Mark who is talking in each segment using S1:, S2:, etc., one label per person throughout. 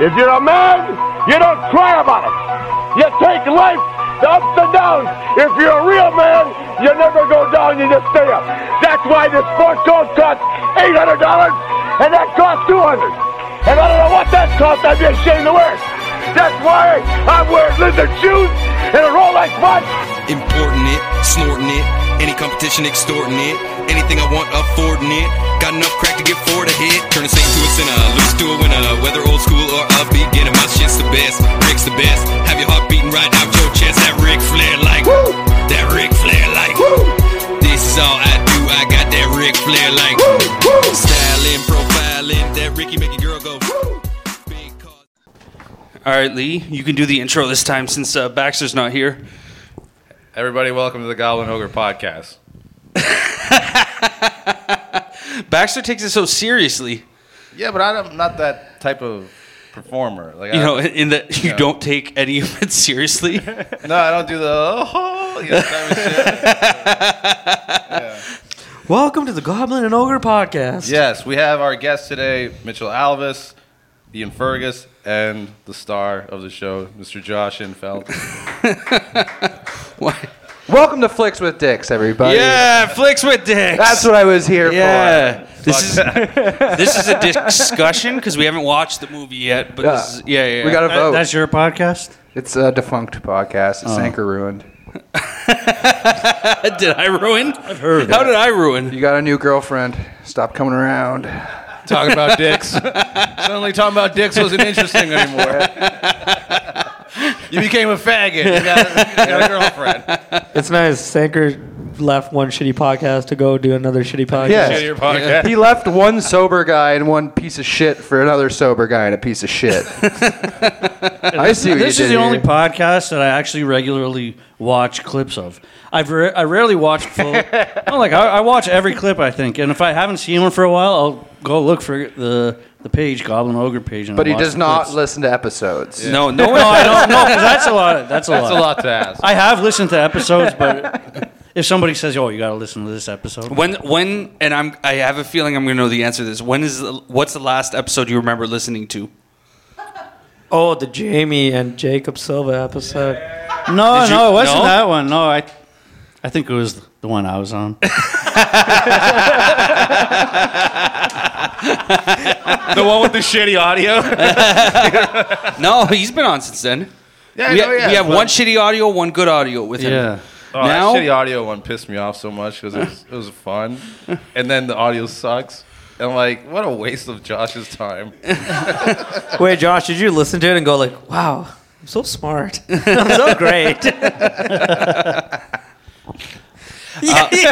S1: If you're a man, you don't cry about it. You take life, the ups and downs. If you're a real man, you never go down, you just stay up. That's why this sport coat costs $800 and that costs 200 And I don't know what that costs, I'd be ashamed to wear it. That's why I'm wearing lizard shoes and a Rolex watch.
S2: Importing it, snorting it, any competition extorting it, anything I want affording it. Got enough crack to get four to hit. Turn a saint to a sinner, lose to a winner. Whether old school or upbeat, getting my shit's the best. Rick's the best. Have your heart beating right out your chest. That Rick Flair like,
S1: Woo!
S2: that Rick Flair like. This is all I do. I got that Rick Flair like. Styling, profiling, that Ricky make a girl go. Woo! Big cause.
S3: All right, Lee, you can do the intro this time since uh, Baxter's not here.
S4: Everybody, welcome to the Goblin Ogre podcast.
S3: Baxter takes it so seriously,
S4: Yeah, but I'm not that type of performer. Like,
S3: you
S4: I,
S3: know, in that you
S4: Yeah.
S3: don't take any of it seriously.
S4: no, I don't do the oh, you know, type of shit.
S5: Welcome to the Goblin and Ogre podcast.
S4: Yes, we have our guests today: Mitchell Alvis, Ian Fergus, and the star of the show, Mr. Josh Infeld.
S3: Why-
S5: Welcome to Flicks with Dicks, everybody.
S3: yeah, flicks with dicks.
S5: That's what I was here
S3: Yeah, this is this is a discussion because we haven't watched the movie yet. But yeah,
S5: Yeah.
S3: this is, yeah, yeah.
S5: for. We got to vote.
S6: That's your podcast?
S5: it's a defunct podcast. It's anchor ruined.
S3: Uh, did I ruin? I've heard. How did I ruin?
S5: You got a new girlfriend. Stop coming around.
S4: talking about dicks. Suddenly, talking about dicks wasn't interesting anymore. you became a faggot. You got a, you got a girlfriend.
S6: It's nice. Sanker left one shitty podcast to go do another shitty podcast.
S5: Yeah.
S4: Your podcast.
S5: He left one sober guy and one piece of shit for another sober guy and a piece of shit. I see what
S6: This
S5: you
S6: is
S5: did
S6: the only
S5: here.
S6: podcast that I actually regularly watch clips of. I've ra- I rarely watch full. no, like I, I watch every clip I think, and if I haven't seen one for a while, I'll go look for the the page Goblin Ogre page. And
S5: But he
S6: watch
S5: does
S6: the
S5: not
S6: clips.
S5: listen to episodes.
S3: No, no
S6: No,
S3: one.
S6: I don't. No, 'cause that's a lot. That's a
S4: That's
S6: lot.
S4: a lot to ask.
S6: I have listened to episodes, but if somebody says, "Oh, you got to listen to this episode,"
S3: When when and I'm I have a feeling I'm gonna know the answer to this. When is the, what's the last episode you remember listening to?
S6: Oh, the Jamie and Jacob Silva episode. No,
S3: Did you-
S6: no, it wasn't
S3: no?
S6: that one. No, I, I think it was the one I was on.
S3: The one with the shitty audio.
S4: Oh,
S3: no, he's been on since then.
S4: Yeah,
S3: we,
S4: no,
S3: ha-
S4: yeah,
S3: we have
S4: but-
S3: one shitty audio, one good audio with him.
S6: yeah,
S4: Oh,
S3: Now-
S4: that shitty audio one pissed me off so much because it, was- it was fun, and then the audio sucks. And like, what a waste of Josh's time.
S7: Wait, Josh, did you listen to it and go like, "Wow, I'm so smart, I'm so great"? yeah, he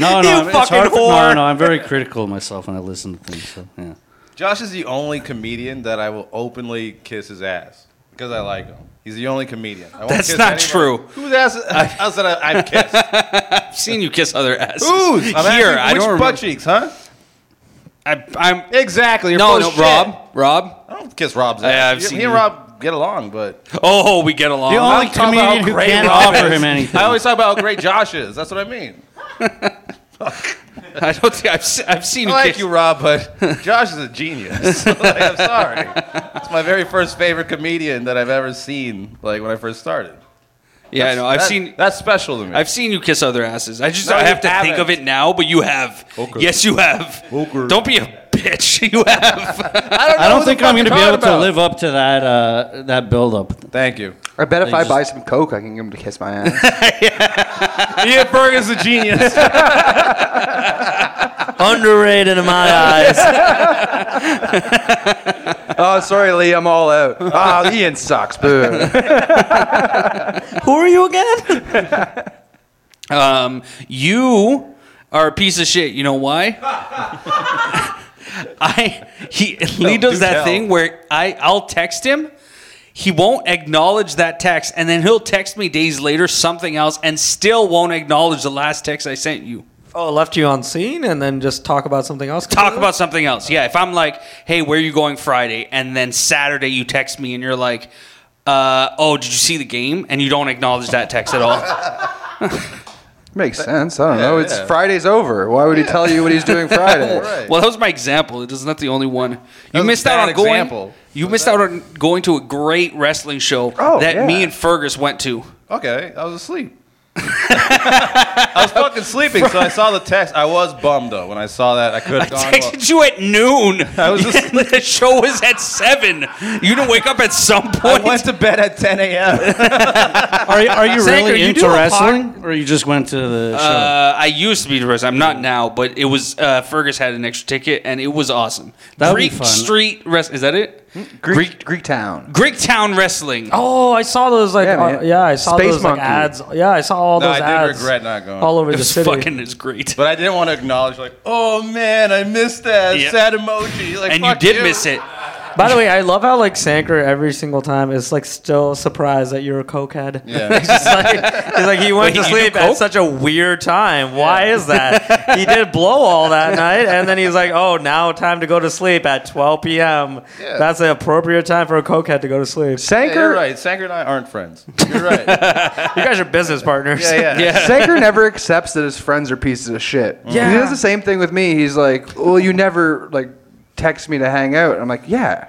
S6: no, no,
S7: You
S6: I'm- it's
S7: fucking
S6: hard for-
S7: whore.
S6: no, no. I'm very critical of myself when I listen to things. So, yeah.
S4: Josh is the only comedian that I will openly kiss his ass because I like him. He's the only comedian. I won't
S3: That's
S4: kiss
S3: not
S4: anyone-
S3: true.
S4: Who's ass? Ass that I, I've kissed.
S3: I've seen you kiss other asses.
S4: Who's?
S3: here?
S4: I'm asking
S3: I
S4: which
S3: don't remember.
S4: butt cheeks, huh?
S3: I, I'm
S4: Exactly. You're
S3: no,
S4: full
S3: no,
S4: of shit.
S3: Rob, Rob.
S4: I don't kiss Rob's
S3: Yeah,
S4: ass.
S3: I've
S4: he,
S3: seen
S4: he and
S3: you.
S4: Rob get along, but
S3: Oh, we get along.
S6: The only
S4: I'm talking about
S6: comedian who
S4: great
S6: can't
S4: Rob
S6: offer
S4: is.
S6: him anything.
S4: I always talk about how great Josh is. That's what I mean.
S3: I don't think I've, se- I've seen
S4: I
S3: you
S4: like
S3: kiss.
S4: you, Rob, but Josh is a genius. Like, I'm sorry. It's my very first favorite comedian that I've ever seen. Like when I first started.
S3: yeah, I know. I've
S4: That-
S3: seen.
S4: that's special to me.
S3: I've seen you kiss other asses. I just
S4: No,
S3: I
S4: you
S3: have to think
S4: haven't.
S3: of it now, but you have.
S4: Okay.
S3: Yes, you have.
S4: Okay.
S3: Don't be a bitch. You have.
S4: I don't,
S6: I
S4: who
S6: don't
S4: the
S6: think
S4: fuck
S6: I'm going to
S4: you're
S6: be able
S4: talking
S6: to
S4: about.
S6: live up to that uh, that build up.
S4: Thank you.
S5: I bet if I
S6: just-
S5: buy some coke, I can get him to kiss my ass.
S4: Ian Berg is a genius.
S7: underrated in my eyes."
S5: oh, sorry, Lee, I'm all out. Ah, Ian sucks. Boo.
S7: Who are you again?
S3: Um, you are a piece of shit. You know why? I he Lee
S4: do
S3: does that
S4: tell.
S3: thing where I I'll text him. He won't acknowledge that text, and then he'll text me days later something else, and still won't acknowledge the last text I sent you.
S7: Oh, left you on scene and then just talk about something else.
S3: Talk about something else. Yeah, if I'm like, "Hey, where are you going Friday?" and then Saturday you text me and you're like, uh, "Oh, did you see the game?" and you don't acknowledge that text at all.
S5: Makes sense. I don't know. It's
S4: yeah.
S5: Friday's over. Why would he tell you what he's doing Friday?
S4: Right.
S3: Well, that was my example. It is not the only one. You
S4: was a
S3: missed out on
S4: bad
S3: going.
S4: example.
S3: You missed out on going to a great wrestling show
S5: Oh,
S3: that
S5: yeah.
S3: me and Fergus went to.
S4: Okay, I was asleep. I was fucking sleeping, so I saw the text. I was bummed though when I saw that. I could
S3: I
S4: have gone. well-
S3: texted you at noon.
S4: I was just-
S3: And the show was at seven. You didn't wake up at some
S4: I
S3: point.
S4: went to bed at 10 a.m.
S6: Are you, are you
S7: Zach,
S6: really
S7: are you
S6: into
S7: doing a
S6: wrestling, or you just went to the show?
S3: Uh, I used to be depressed. I'm not now, but it was uh, Fergus had an extra ticket, and it was awesome.
S6: That would be
S3: Greek
S6: fun.
S3: Street Rest is that it?
S5: Greek, Greek town.
S3: Greek Town Wrestling.
S7: Oh, I saw those like
S5: Yeah,
S7: yeah,
S5: man.
S7: uh, yeah I saw
S5: Space
S7: those like,
S5: Monkey.
S7: ads. Yeah, I saw all
S4: No,
S7: those
S4: I did
S7: ads
S4: regret not going.
S7: all over
S3: it
S7: the
S3: was
S7: city.
S3: fucking is great.
S4: but I didn't want to acknowledge, like, oh man, I missed that
S3: Yeah.
S4: sad emoji. Like,
S3: and you
S4: fuck
S3: did miss it.
S7: By the way, I love how like Sanker every single time is like still surprised that you're a cokehead.
S4: Yeah.
S7: he's, just like, he's like he went
S3: Wait,
S7: to
S3: you do
S7: sleep at
S3: coke?
S7: such a weird time. Why is that? he did blow all that night, and then he's like, oh, now time to go to sleep at 12 p.m.
S4: Yeah.
S7: That's the appropriate time for a cokehead to go to sleep.
S4: Yeah, you're
S5: Sanker,
S4: right. Sanker and I aren't friends. You're right. Yeah,
S7: You guys are business partners.
S4: yeah.
S5: Sanker never accepts that his friends are pieces of shit.
S7: Yeah.
S5: He does the same thing with me. He's like, well, you never like text me to hang out. I'm like, yeah.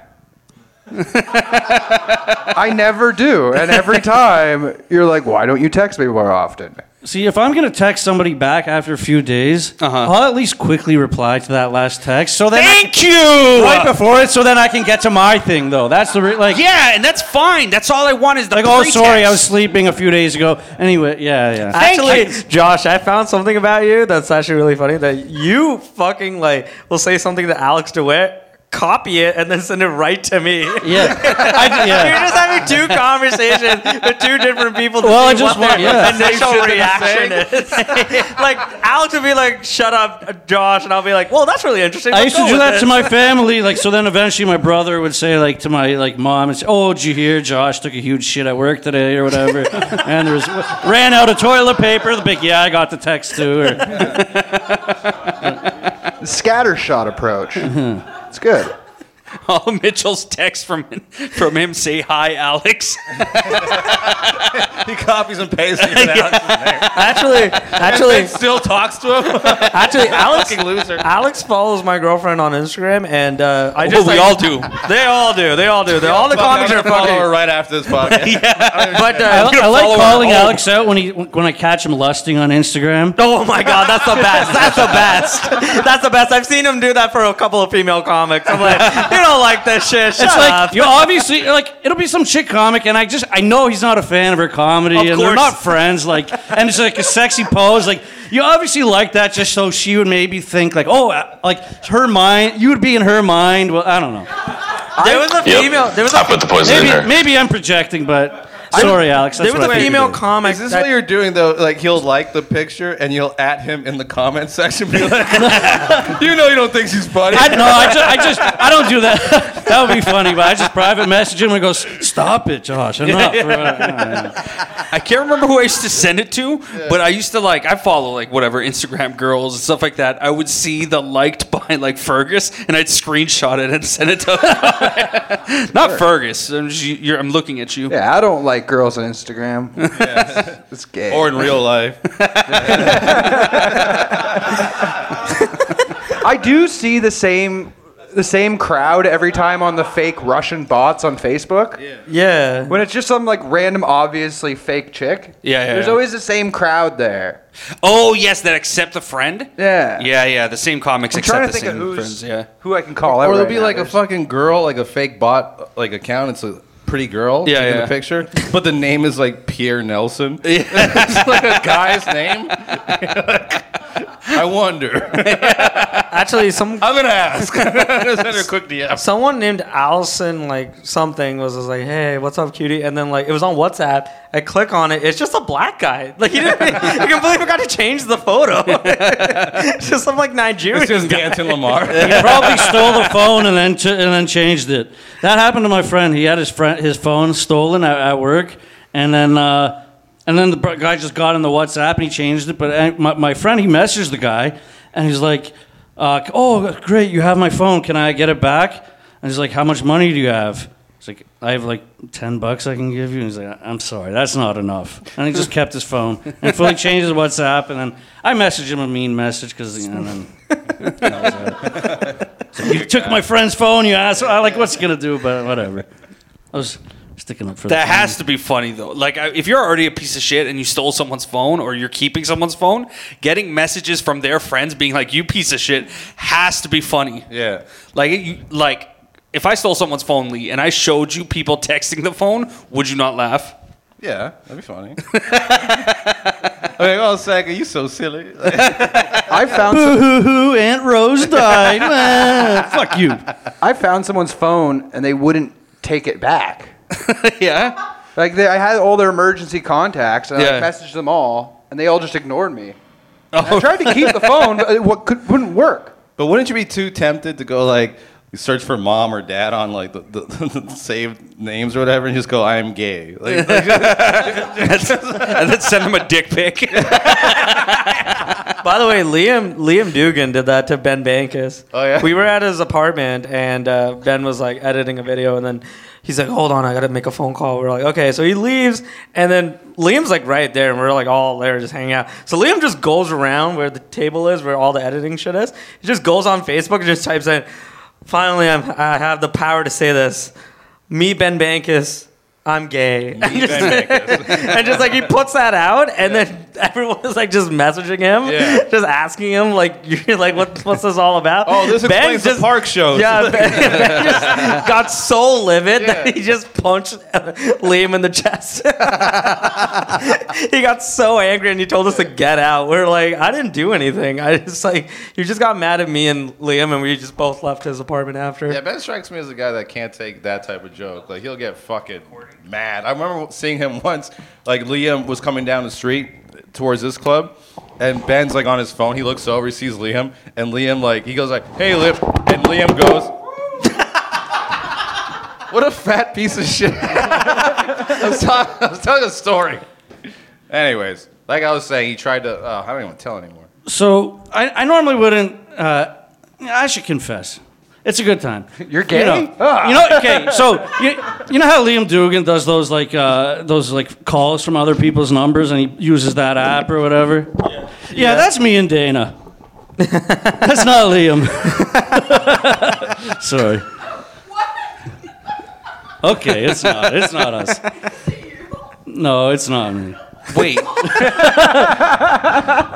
S5: I never do. And every time you're like, why don't you text me more often?
S6: See, if I'm gonna text somebody back after a few days,
S3: Uh-huh.
S6: I'll at least quickly reply to that last text. So then, I
S3: Thank you.
S6: can- right before it, so then I can get to my thing though. That's the re- like,
S3: yeah, and that's fine. That's all I want is the
S6: like oh sorry, I was
S3: pretext.
S6: sleeping a few days ago. Anyway, yeah, yeah.
S7: Actually, Josh, I found something about you that's actually really funny. That you fucking like will say something to Alex DeWitt, copy it, and then send it right to me.
S6: yeah. I,
S7: You're
S6: yeah.
S7: just having two conversations with two different people to
S6: Well, I
S7: see
S6: just
S7: what
S6: want-
S7: their
S6: yeah.
S7: initial reaction is. like Alex would be like, "Shut up, Josh," and I'll be like, "Well, that's really interesting."
S6: I
S7: Let's
S6: used to
S7: go
S6: do
S7: with
S6: that
S7: it."
S6: to my family, like so. Then eventually, my brother would say, like to my like mom, and say, "Oh, did you hear? Josh took a huge shit at work today, or whatever, and there was ran out of toilet paper." The big yeah, I got the text too.
S7: uh,
S6: Or,
S5: Scattershot approach. it's good.
S3: all Mitchell's text from from him say hi, Alex.
S4: He copies and pastes it out.
S7: Actually, actually,
S4: Still talks to him.
S7: actually, Alex.
S4: Fucking loser.
S7: Alex follows my girlfriend on Instagram, and uh, I just
S3: Well, we
S7: like-
S3: all do.
S7: They all do. They all do. They all the
S4: I'm
S7: comics
S4: gonna
S7: are
S4: follow her
S7: fucking.
S4: right after this podcast.
S7: But
S6: I,
S7: uh,
S6: I like
S3: follow
S6: calling
S3: our own.
S6: Alex out when he when I catch him lusting on Instagram.
S7: oh my god, that's the best. That's the best. That's the best. I've seen him do that for a couple of female comics. I'm like, you don't like this shit. Shut
S6: It's
S7: up.
S6: like you obviously like it'll be some chick comic, and I just I know he's not a fan of her comedy, and they're
S3: course.
S6: not friends. Like, and it's like a sexy pose. Like, you obviously like that just so she would maybe think like, oh, uh, like her mind, you would be in her mind. Well, I don't know.
S7: there was a female. There was a
S8: I put the poison in
S6: Maybe
S8: her.
S6: maybe I'm projecting, but sorry, Alex. That's
S7: there was
S6: what I
S7: a
S6: figured.
S7: female comic.
S4: Is this
S7: that-
S4: what you're doing though? Like he'll like the picture and you'll at him in the comment section, be like, "You know, you don't think she's funny."
S6: I, no, I just, I just, I don't do that. that would be funny, but I just private message him and go, "Stop it, Josh, enough."
S3: I can't remember who I used to send it to, but I used to like I follow like whatever Instagram girls and stuff like that. I would see the liked by like Fergus, and I'd screenshot it and send it to not Fergus. I'm, just, you're, I'm looking at you.
S5: Yeah, I don't like girls on Instagram. it's gay.
S4: or in real life,
S5: I do see the same the same crowd every time on the fake Russian bots on Facebook.
S7: yeah.
S5: When it's just some like random, obviously fake chick.
S3: Yeah, yeah,
S5: There's
S3: yeah.
S5: always the same crowd there.
S3: Oh yes, that accept a friend.
S5: Yeah.
S3: yeah, yeah. The same comics
S5: I'm trying
S3: accept the
S5: to think of
S3: same
S5: who's
S3: friends. Yeah.
S5: who I can call out.
S4: or there'll
S5: right
S4: be
S5: now.
S4: like a
S5: There's-
S4: fucking girl, like a fake bot, like account. It's a pretty girl
S3: Yeah,
S4: taking
S3: yeah.
S4: the picture, but the name is like Pierre Nelson. it's like a guy's name. I wonder.
S7: Actually, some
S4: I'm gonna ask. I'm gonna send her a quick DM.
S7: someone named Allison, like something, was just like, "Hey, what's up, cutie?" And then like it was on WhatsApp. I click on it. It's just a black guy. Like he didn't. he completely forgot to change the photo. It's just some like Nigerian.
S4: This is Danton Lamar.
S6: He probably stole the phone and then ch- and then changed it. That happened to my friend. He had his friend his phone stolen at, at work, and then uh, and then the br- guy just got in the WhatsApp and he changed it. But uh, my, my friend he messaged the guy, and he's like, uh, "Oh, great, you have my phone. Can I get it back?" And he's like, "How much money do you have?" It's like, I have like 10 bucks I can give you. And he's like, I'm sorry, that's not enough. And he just kept his phone and fully changed his WhatsApp. And then I messaged him a mean message because, you know, and then that was it. So you took my friend's phone, you asshole. I like, what's he going to do about it? Whatever. I was sticking up for
S3: That
S6: the
S4: Mm-hmm.
S3: has to be funny though. Like, I- if you're already a piece of shit and you stole someone's phone or you're keeping someone's phone, getting messages from their friends being like "you piece of shit" has to be funny.
S4: Yeah.
S3: Like, it- you, like if I stole someone's phone, Lee, and I showed you people texting the phone, would you not laugh?
S4: Yeah, that'd be funny. I mean, oh, Saga, you so silly. Like,
S5: I found some,
S6: Boo-hoo, Aunt Rose died. Ah, Fuck you.
S5: I found someone's phone and they wouldn't take it back.
S3: yeah.
S5: Like they, I had all their emergency contacts and
S3: Yeah.
S5: I messaged them all and they all just ignored me. I
S3: Oh,
S5: tried to keep the phone, but it what could, wouldn't work.
S4: but wouldn't you be too tempted to go like search for mom or dad on like the, the, the saved names or whatever, and just go, "I am gay." Like, like,
S3: that's- and then send them a dick pic.
S7: By the way, Liam Liam Dugan did that to Ben Bankus.
S4: Oh, yeah?
S7: We were at his apartment, and uh, Ben was like editing a video, and then he's like, "Hold on, I gotta make a phone call." We're like, "Okay," so he leaves, and then Liam's like right there, and we're like all there just hanging out. So Liam just goes around where the table is, where all the editing shit is. He just goes on Facebook and just types in, "Finally, I'm, I have the power to say this. Me, Ben Bankus." I'm gay. And just, and just like he puts that out, and then everyone is like just messaging him,
S4: Yeah.
S7: just asking him like, you're like, what, what's this all about?
S4: oh, this
S7: Ben
S4: explains the park shows.
S7: Yeah, ben, Ben just got so livid that he just punched Liam in the chest. he got so angry and he told us to get out. We're like, I didn't do anything. I just like, you just got mad at me and Liam, and we just both left his apartment after.
S4: Yeah, Ben strikes me as a guy that can't take that type of joke. Like he'll get fucking mad. I remember seeing him once. Like Liam was coming down the street towards this club, and Ben's like on his phone. He looks over, he sees Liam, and Liam like he goes like, "Hey, Liam," and Liam goes. What a fat piece of shit! I, was tell- I was telling a story. Anyways, like I was saying, he tried to. Uh, I don't even tell anymore.
S6: So I, I normally wouldn't. Uh, I should confess. It's a good time. You're
S5: gay?
S6: You know, you know okay. So you, you know how Liam Dugan does those like uh, those like calls from other people's numbers, and he uses that app or whatever. Yeah, yeah, that's me and Dana. that's not Liam. Sorry. Okay, it's not. It's not us. No, it's not me.
S3: Wait,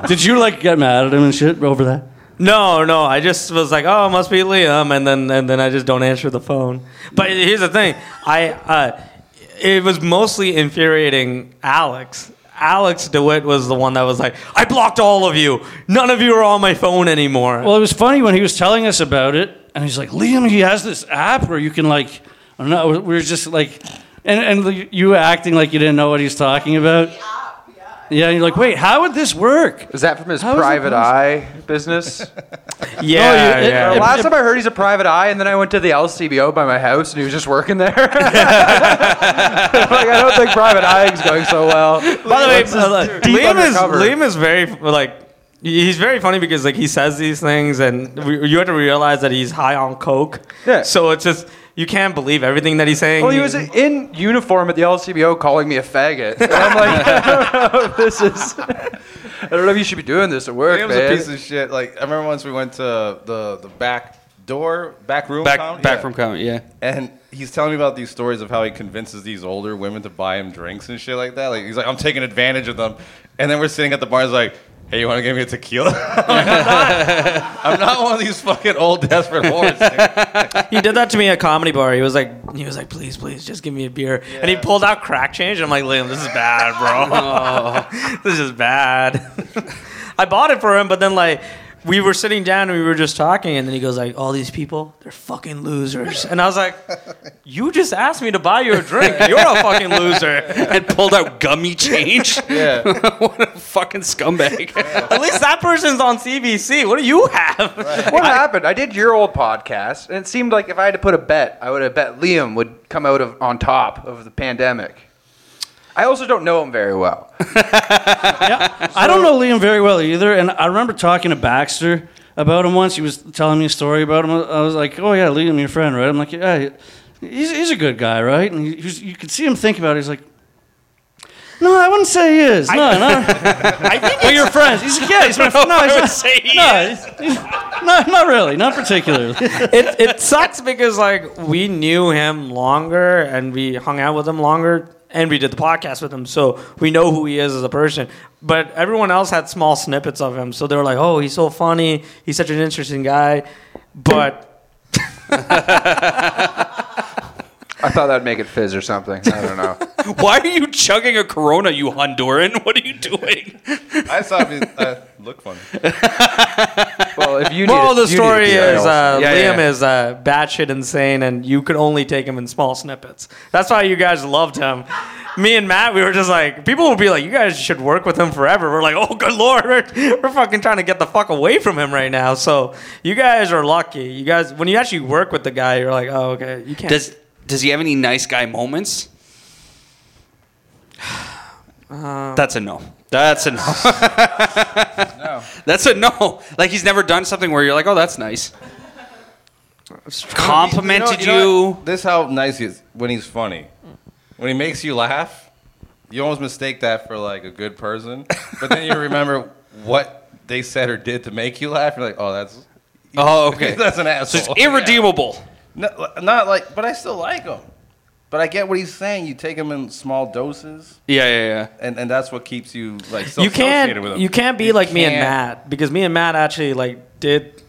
S6: Did you like get mad at him and shit over that?
S7: No, no. I just was like, oh, it must be Liam, and then and then I just don't answer the phone. But here's the thing, I uh, it was mostly infuriating Alex. Alex DeWitt was the one that was like, I blocked all of you. None of you are on my phone anymore.
S6: Well, it was funny when he was telling us about it, and he's like, Liam, he has this app where you can like, I don't know. We were just like, and and the- you acting like you didn't know what he's talking about. Yeah, and you're like, wait, how would this work?
S5: Is that from his
S6: How is it
S5: private eye business?
S7: yeah,
S6: no, you- it-
S5: Uh,
S6: it-
S5: Last time I heard he's a private eye, and then I went to the LCBO by my house, and he was just working there. like I don't think private eye's going so well.
S7: By the way, uh,
S5: deep
S7: Liam is
S5: undercover.
S7: Liam is very like he's very funny because like he says these things and we, you have to realize that he's high on coke.
S5: Yeah.
S7: So it's just you can't believe everything that he's saying.
S5: Well, he was in uniform at the LCBO calling me a faggot. And I'm like, I don't know if this is. I don't know if you should be doing this at work,
S4: Liam's
S5: man.
S4: a piece of shit. Like I remember once we went to the the back door, back room,
S3: back
S4: comedy?
S3: back
S4: Yeah.
S3: from comment. Yeah.
S4: And he's telling me about these stories of how he convinces these older women to buy him drinks and shit like that. Like he's like, I'm taking advantage of them. And then we're sitting at the bar. He's like, Hey, you want to give me a tequila? I'm, not, I'm not one of these fucking old desperate whores. dude.
S7: He did that to me at comedy bar. He was like, he was like, please, please, just give me a beer. And he pulled out crack change. And I'm like, Liam, this is bad, bro. this is bad. I bought it for him, but then like we were sitting down and we were just talking, and then he goes like, all these people, they're fucking losers. And I was like, you just asked me to buy you a drink. You're a fucking loser.
S3: And pulled out gummy change.
S4: Yeah.
S3: what a fucking scumbag.
S7: At least that person's on CBC. What do you have?
S5: What happened? I did your old podcast, and it seemed like if I had to put a bet, I would have bet Liam would come out of on top of the pandemic. I also don't know him very well.
S6: I don't know Liam very well either, and I remember talking to Baxter about him once. He was telling me a story about him. I was like, oh yeah, Liam, your friend, right? I'm like, yeah. he's, he's a good guy, right? And he, he's, you could see him think about it. He's like, no, I wouldn't say he is. No, no. I think well, your friends. He's like, yeah, he's my friend. No, he's not, say he no, he's- no, not really. Not particularly.
S7: it, it sucks because like we knew him longer and we hung out with him longer and we did the podcast with him so we know who he is as a person but everyone else had small snippets of him so they were like oh he's so funny he's such an interesting guy but
S5: I thought that'd make it fizz or something. I don't know.
S3: Why are you chugging a Corona, you Honduran? What are you doing?
S4: I saw it uh, look funny.
S5: Well, if you need
S7: well
S5: it-
S7: the
S5: you need
S7: story
S5: it, yeah,
S7: is uh,
S3: Yeah, yeah,
S7: liam
S3: yeah.
S7: is uh, batshit insane and you could only take him in small snippets that's why you guys loved him me and matt we were just like people would be like you guys should work with him forever we're like oh good lord we're, we're fucking trying to get the fuck away from him right now so you guys are lucky you guys when you actually work with the guy you're like oh okay you can't
S3: Does Does he have any nice guy moments? That's a no. That's a no. That's a no. Like he's never done something where you're like, oh, that's nice. Complimented you.
S4: know- know what? This how nice he is when he's funny. When he makes you laugh, you almost mistake that for like a good person. But then you remember what they said or did to make you laugh. You're like, oh, that's
S3: Oh, okay.
S4: that's an
S3: so
S4: asshole.
S3: it's irredeemable.
S4: No, not like, but I still like him. But I get what he's saying. You take him in small doses,
S3: Yeah, yeah, yeah.
S4: and, and that's what keeps you like still
S7: you
S4: associated with
S7: can't
S4: him.
S7: you can't be like me and
S4: can't.
S7: Matt because me and Matt actually like did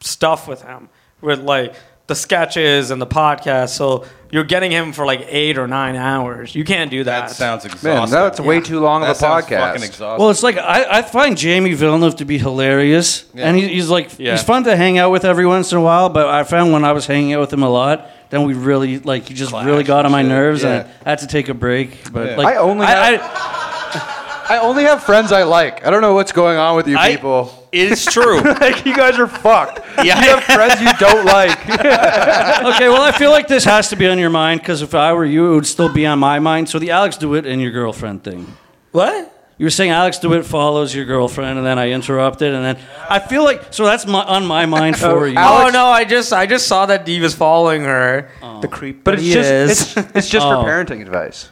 S7: stuff with him with like the sketches and the podcast. So you're getting him for like eight or nine hours. You can't do that.
S4: That sounds exhausting.
S5: Man, that's way too long
S4: That
S5: of a
S4: sounds fucking
S5: podcast.
S4: exhausting.
S6: Well, it's like I, I find Jamie Villeneuve to be hilarious, and he, he's like
S3: Yeah.
S6: he's fun to hang out with every once in a while. But I found when I was hanging out with him a lot, then we really like he just really got on my nerves, and I had to take a break. But
S4: Yeah.
S6: like
S5: I only
S6: I,
S5: have- I only have friends I like. I don't know what's going on with you
S3: I-
S5: people.
S3: It's true.
S5: Like you guys are fucked.
S3: Yeah.
S5: You have friends you don't like.
S6: I- okay, well I feel like this has to be on your mind because if I were you, it would still be on my mind. So the Alex DeWitt and your girlfriend thing.
S7: what?
S6: You were saying Alex DeWitt follows your girlfriend, and then I interrupted, and then I feel like so that's my, on my mind for you.
S5: Uh, Alex-
S7: oh no, I just I just saw that Dee was following her. The creep,
S5: Oh. But it's
S7: he
S5: just it's,
S7: is.
S5: it's just
S6: Oh.
S5: for parenting advice.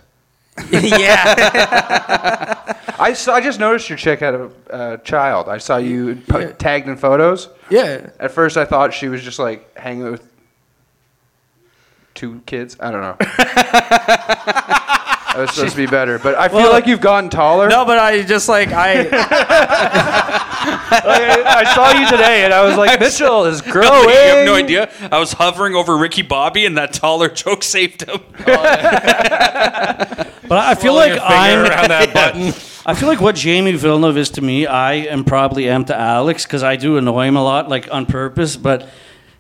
S7: yeah.
S5: I saw, I just noticed your chick had a uh, child. I saw you po- tagged in photos.
S7: Yeah.
S5: At first, I thought she was just like hanging with two kids. I don't know. I was supposed to be better, but I feel
S7: Well-
S5: like you've gotten taller.
S7: No, but I just like I
S5: Like, I, I saw you today, and I was like, Mitchell is
S3: Oh,
S5: growing.
S3: you have no idea. I was hovering over Ricky Bobby, and that taller joke saved him.
S6: But I feel like I'm
S4: around that button.
S6: I feel like what Jamie Villeneuve is to me, I am probably am to Alex because I do annoy him a lot, like on purpose. But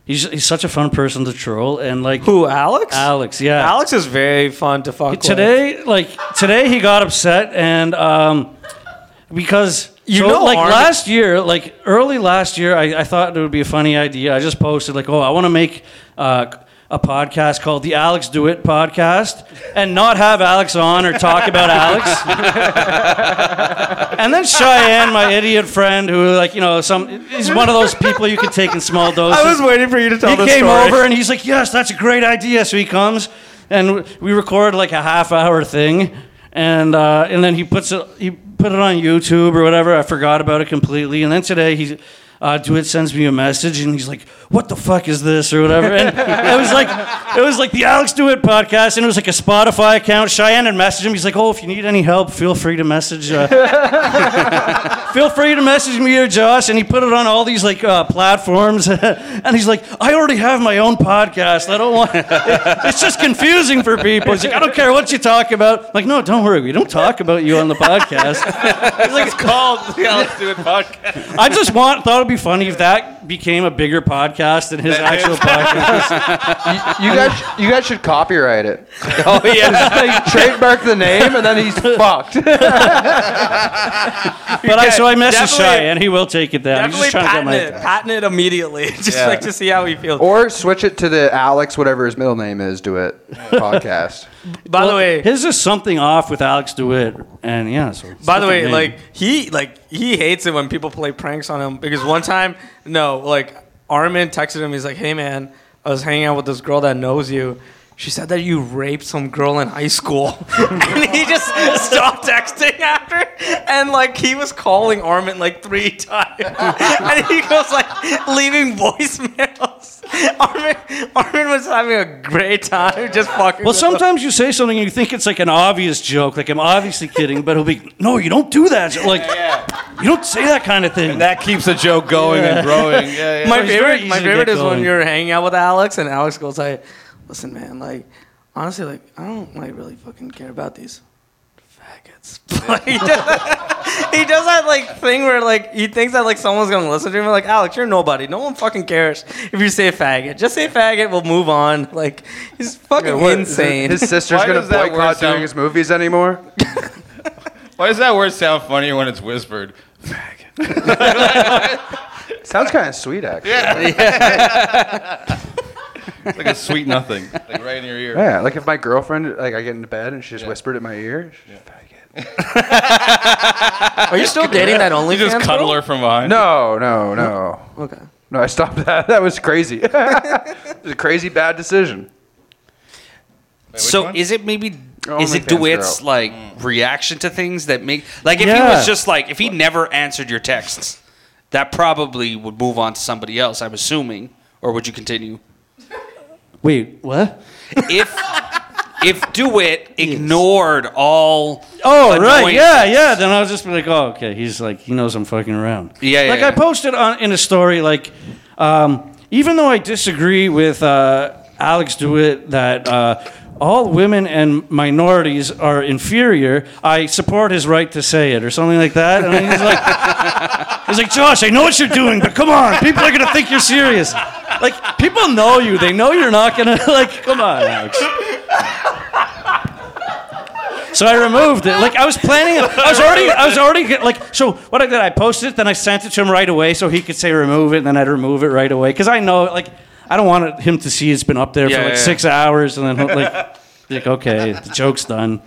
S6: he's he's such a fun person to troll, and like
S7: who Alex?
S6: Alex, yeah,
S7: Alex is very fun to fuck with.
S6: Today, like today, he got upset, and um, because
S7: You
S6: so,
S7: know,
S6: like
S7: Arm-
S6: last year, like early last year, I, I thought it would be a funny idea. I just posted like, oh, I want to make uh, a podcast called the Alex Dewitt Podcast, and not have Alex on or talk about Alex. And then Cheyenne, my idiot friend, who like you know some, he's one of those people you can take in small doses.
S7: I was waiting for you to tell
S6: He
S7: the
S6: came
S7: story.
S6: over and he's like, "Yes, that's a great idea." So he comes and we record like a half hour thing, and uh, and then he puts it he put it on YouTube or whatever. I forgot about it completely, and then today he. Uh, Dewitt sends me a message and he's like, "What the fuck is this?" or whatever. And it was like, it was like the Alex Dewitt podcast, and it was like a Spotify account. Cheyenne had messaged him. He's like, "Oh, if you need any help, feel free to message uh, feel free to message me or Josh. And he put it on all these like uh, platforms, and he's like, I already have my own podcast. I don't want. it's just confusing for people. He's like, I don't care what you talk about. I'm like, no, don't worry, we don't talk about you on the podcast. He's like, it's called the Alex Stewart podcast. I just want thought it'd be funny if that became a bigger podcast than his actual podcast.
S5: You guys, you guys should copyright it.
S3: Oh yeah.
S5: Like, trademark the name, and then he's fucked.
S6: But I so I messaged
S7: Definitely-
S6: Shy, and he will take it down. He's
S7: Definitely
S6: just trying to get
S7: patent
S6: my.
S7: it. Patent it immediately. Just like to see how he feels.
S5: or switch it to the Alex, whatever his middle name is, do it podcast.
S7: By the way,
S6: his is something off with Alex Dewitt, and yeah. So
S7: By the way,
S6: Name.
S7: like he like he hates it when people play pranks on him because one time, no, like Armin texted him. He's like, "Hey man, I was hanging out with this girl that knows you." she said that you raped some girl in high school. and he just stopped texting after. And like he was calling Armin like three times. and he goes like leaving voicemails. Armin, Armin was having a great time just fucking.
S6: Well,
S7: with him.
S6: sometimes you say something and you think it's like an obvious joke, like I'm obviously kidding, but he'll be, no, you don't do that. Like, you don't say that kind of thing.
S4: That keeps the joke going and growing. Yeah, yeah.
S7: my
S6: it's very
S7: favorite,
S6: easy
S7: my
S6: to get
S7: favorite is
S6: going.
S7: when you're hanging out with Alex and Alex goes like, "Listen, man, like, honestly, like, I don't like really fucking care about these faggots." Like, he, does that, he does that like thing where like he thinks that like someone's gonna listen to him. Like, Alex, you're nobody. No one fucking cares if you say faggot. Just say faggot. We'll move on. Like, he's fucking insane.
S5: His sister's
S4: Why
S5: gonna
S4: does that word
S5: boycott
S4: sound-
S5: doing his movies anymore.
S4: Why does that word sound funnier when it's whispered?
S5: Sounds kind of sweet, actually. Yeah.
S4: It's like a sweet nothing, like right in your ear.
S5: like if my girlfriend, like I get into bed and she just whispered in my ear. she's just, "Faggot."
S7: Are you still dating that OnlyFans?
S4: You just cuddle her from behind.
S5: No, no, no,
S7: girl? Okay.
S5: no. I stopped that. That was crazy. it was a crazy bad decision.
S4: Wait, which
S3: So
S4: one? Oh,
S3: is it maybe
S5: Your
S3: is it
S5: OnlyFans
S3: DeWitt's
S5: girl.
S3: like reaction to things that make like if he
S6: Yeah.
S3: was just like if he never answered your texts, that probably would move on to somebody else. I'm assuming, or would you continue?
S6: Wait, what?
S3: If if DeWitt ignored all
S6: Oh, right.
S3: annoying-
S6: Yeah, yeah. Then I'll just be like, oh, okay. He's like, he knows I'm fucking around.
S3: Yeah, yeah,
S6: Like,
S3: yeah.
S6: I posted on, in a story, like, um, even though I disagree with uh, Alex DeWitt that uh, all women and minorities are inferior, I support his right to say it or something like that. And he's like, he's like, Josh, I know what you're doing, but come on. People are going to think you're serious. Like, people know you. They know you're not going to, like, come on, Alex. So I removed it. Like I was planning. I was already. I was already get- like. So what I did, I posted it, then I sent it to him right away, so he could say remove it, and then I'd remove it right away, because I know like I don't want it- him to see it's been up there
S3: Yeah,
S6: for like
S3: yeah,
S6: six hours, and then he'll, like like okay, the joke's done.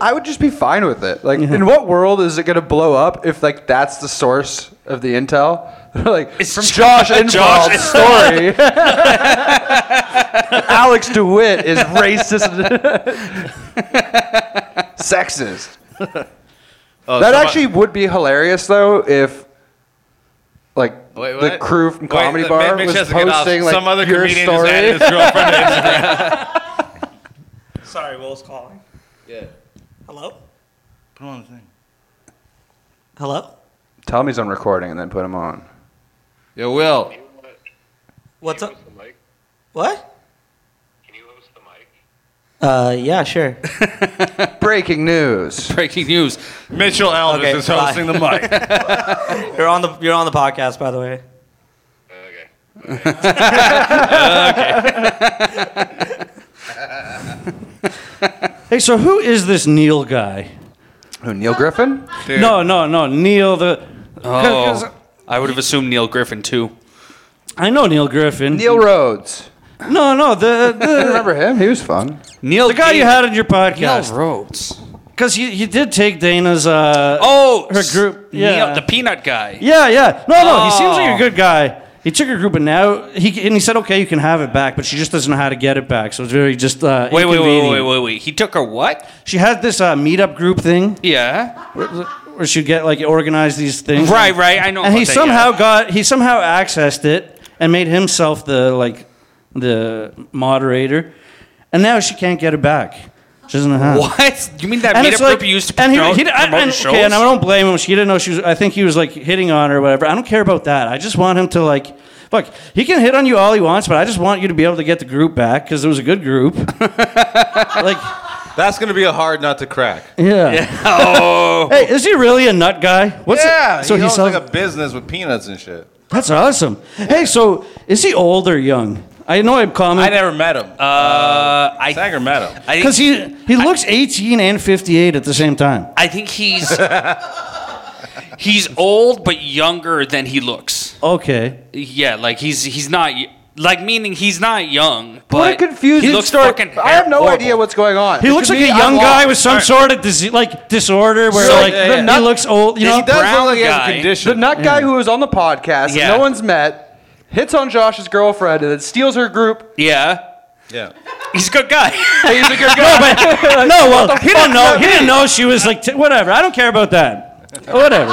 S5: I would just be fine with it. Like, in what world is it gonna blow up if like that's the source of the intel? like
S3: It's
S5: from
S3: Josh-
S5: Josh Involved's story. Alex DeWitt is racist, sexist.
S4: Oh,
S5: that
S4: someone-
S5: actually would be hilarious though if. Like
S4: Wait,
S5: the
S4: what?
S5: crew from
S4: Wait,
S5: Comedy
S4: the-
S5: Bar
S4: Mitch
S5: was
S4: has to get off.
S5: posting like
S4: some other
S5: your
S4: comedian just
S5: story.
S4: added his girlfriend. to Instagram.
S7: Sorry, Will's calling. Hello.
S4: Put him on the thing.
S7: Hello.
S5: Tell him he's on recording and then put him on.
S4: Yo, Will.
S7: What's up?
S8: the mic?
S7: What?
S8: Can you host the mic?
S7: Uh, yeah, sure.
S5: Breaking news.
S3: breaking news.
S4: Mitchell Elvis
S7: Okay,
S4: is hosting the mic.
S7: You're on the you're on the podcast, by the way.
S8: Okay.
S6: Hey, so who is this Neil guy?
S5: Who, Neil Griffin?
S6: No, no, no, Neil the.
S3: Oh, I would have assumed Neil Griffin too.
S6: I know Neil Griffin.
S5: Neil Rhodes.
S6: No, no, the
S5: I
S6: the,
S5: remember him. He was fun.
S3: Neil,
S6: the guy you had on your
S3: Neil
S6: podcast
S3: Rhodes.
S6: because you, you did take Dana's. Uh,
S3: Oh,
S6: Her group-
S3: Neil-
S6: yeah.
S3: the peanut guy.
S6: Yeah, yeah. No, no. He seems like
S3: Oh.
S6: a good guy. He took her group, and now he and he said, "Okay, you can have it back," but she just doesn't know how to get it back. So it's very just uh,
S3: Wait, wait, wait,
S6: inconvenient.
S3: wait, wait, wait. He took her what?
S6: She had this uh, meetup group thing
S3: Yeah.
S6: where she'd get like organize these things.
S3: Right, right. I know.
S6: And he
S3: about that,
S6: somehow
S3: yeah.
S6: got he somehow accessed it and made himself the like the moderator, and now she can't get it back. She doesn't know how.
S3: What? You mean that
S6: Uh. And
S3: meetup
S6: it's like,
S3: group you used to
S6: and he,
S3: promote,
S6: he,
S3: promote
S6: I, and,
S3: your
S6: okay, and
S3: shows?
S6: I don't blame him. She didn't know she was. I think he was like hitting on her or whatever. I don't care about that. I just want him to like. Look, he can hit on you all he wants, but I just want you to be able to get the group back because it was a good group. like,
S4: That's gonna be a hard nut to crack.
S6: yeah.
S3: Oh.
S6: Hey, is he really a nut guy? What's
S4: yeah,
S6: It? So
S4: he
S6: he's
S4: owns like a business with peanuts and shit.
S6: That's awesome. Hey, so is he old or young? I know I'm
S4: I
S6: commenting
S4: never met him.
S3: Uh, I,
S4: Sanger met him.
S3: I
S6: because
S3: think,
S6: he he looks 18 and 58 at the same time.
S3: I think he's he's old but younger than he looks.
S6: Okay.
S3: Yeah, like he's he's not y- like meaning he's not young, but
S5: What a confusing
S3: he looks
S5: story.
S3: fucking
S5: I have no
S3: horrible.
S5: idea what's going on.
S6: He looks
S5: To
S6: like
S5: me,
S6: a
S5: I'm
S6: young guy
S5: lost.
S6: with some sort of disease, like disorder where
S3: So,
S6: like
S3: yeah,
S6: he
S3: yeah.
S4: Nut-
S6: looks old. You know,
S4: he does
S3: brown
S4: look like he has
S3: guy.
S4: a condition.
S5: The nut guy who was on the podcast,
S3: Yeah.
S5: no one's met, hits on Josh's girlfriend and then steals her group.
S3: Yeah.
S4: yeah.
S3: He's a good guy.
S6: He's a good guy. no, but, no well, he didn't know. He didn't know she was like t- whatever. I don't care about that. Whatever.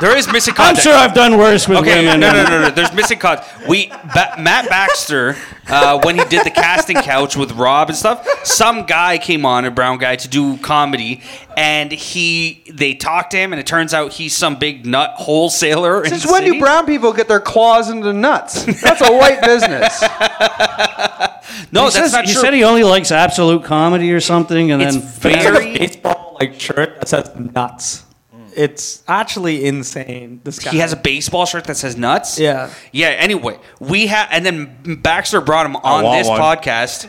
S3: there is missing
S6: I'm
S3: context.
S6: sure I've done worse with
S3: Okay, no,
S6: women.
S3: no, no, no, no. There's missing cuts. We ba- Matt Baxter, uh, when he did the casting couch with Rob and stuff, some guy came on, a brown guy, to do comedy, and he they talked to him, and it turns out he's some big nut wholesaler. in
S5: Since
S3: the
S5: when do
S3: city.
S5: brown people get their claws into nuts? That's a white business.
S3: No,
S6: He,
S3: that's
S6: says,
S3: not
S6: he
S3: true.
S6: said he only likes absolute comedy or something, and
S3: It's
S6: then
S3: very-
S7: baseball like shirt that says nuts. Mm. It's actually insane. This guy.
S3: He has a baseball shirt that says nuts.
S7: Yeah.
S3: Yeah. Anyway, we have, and then Baxter brought him on
S4: want
S3: this
S4: one.
S3: podcast,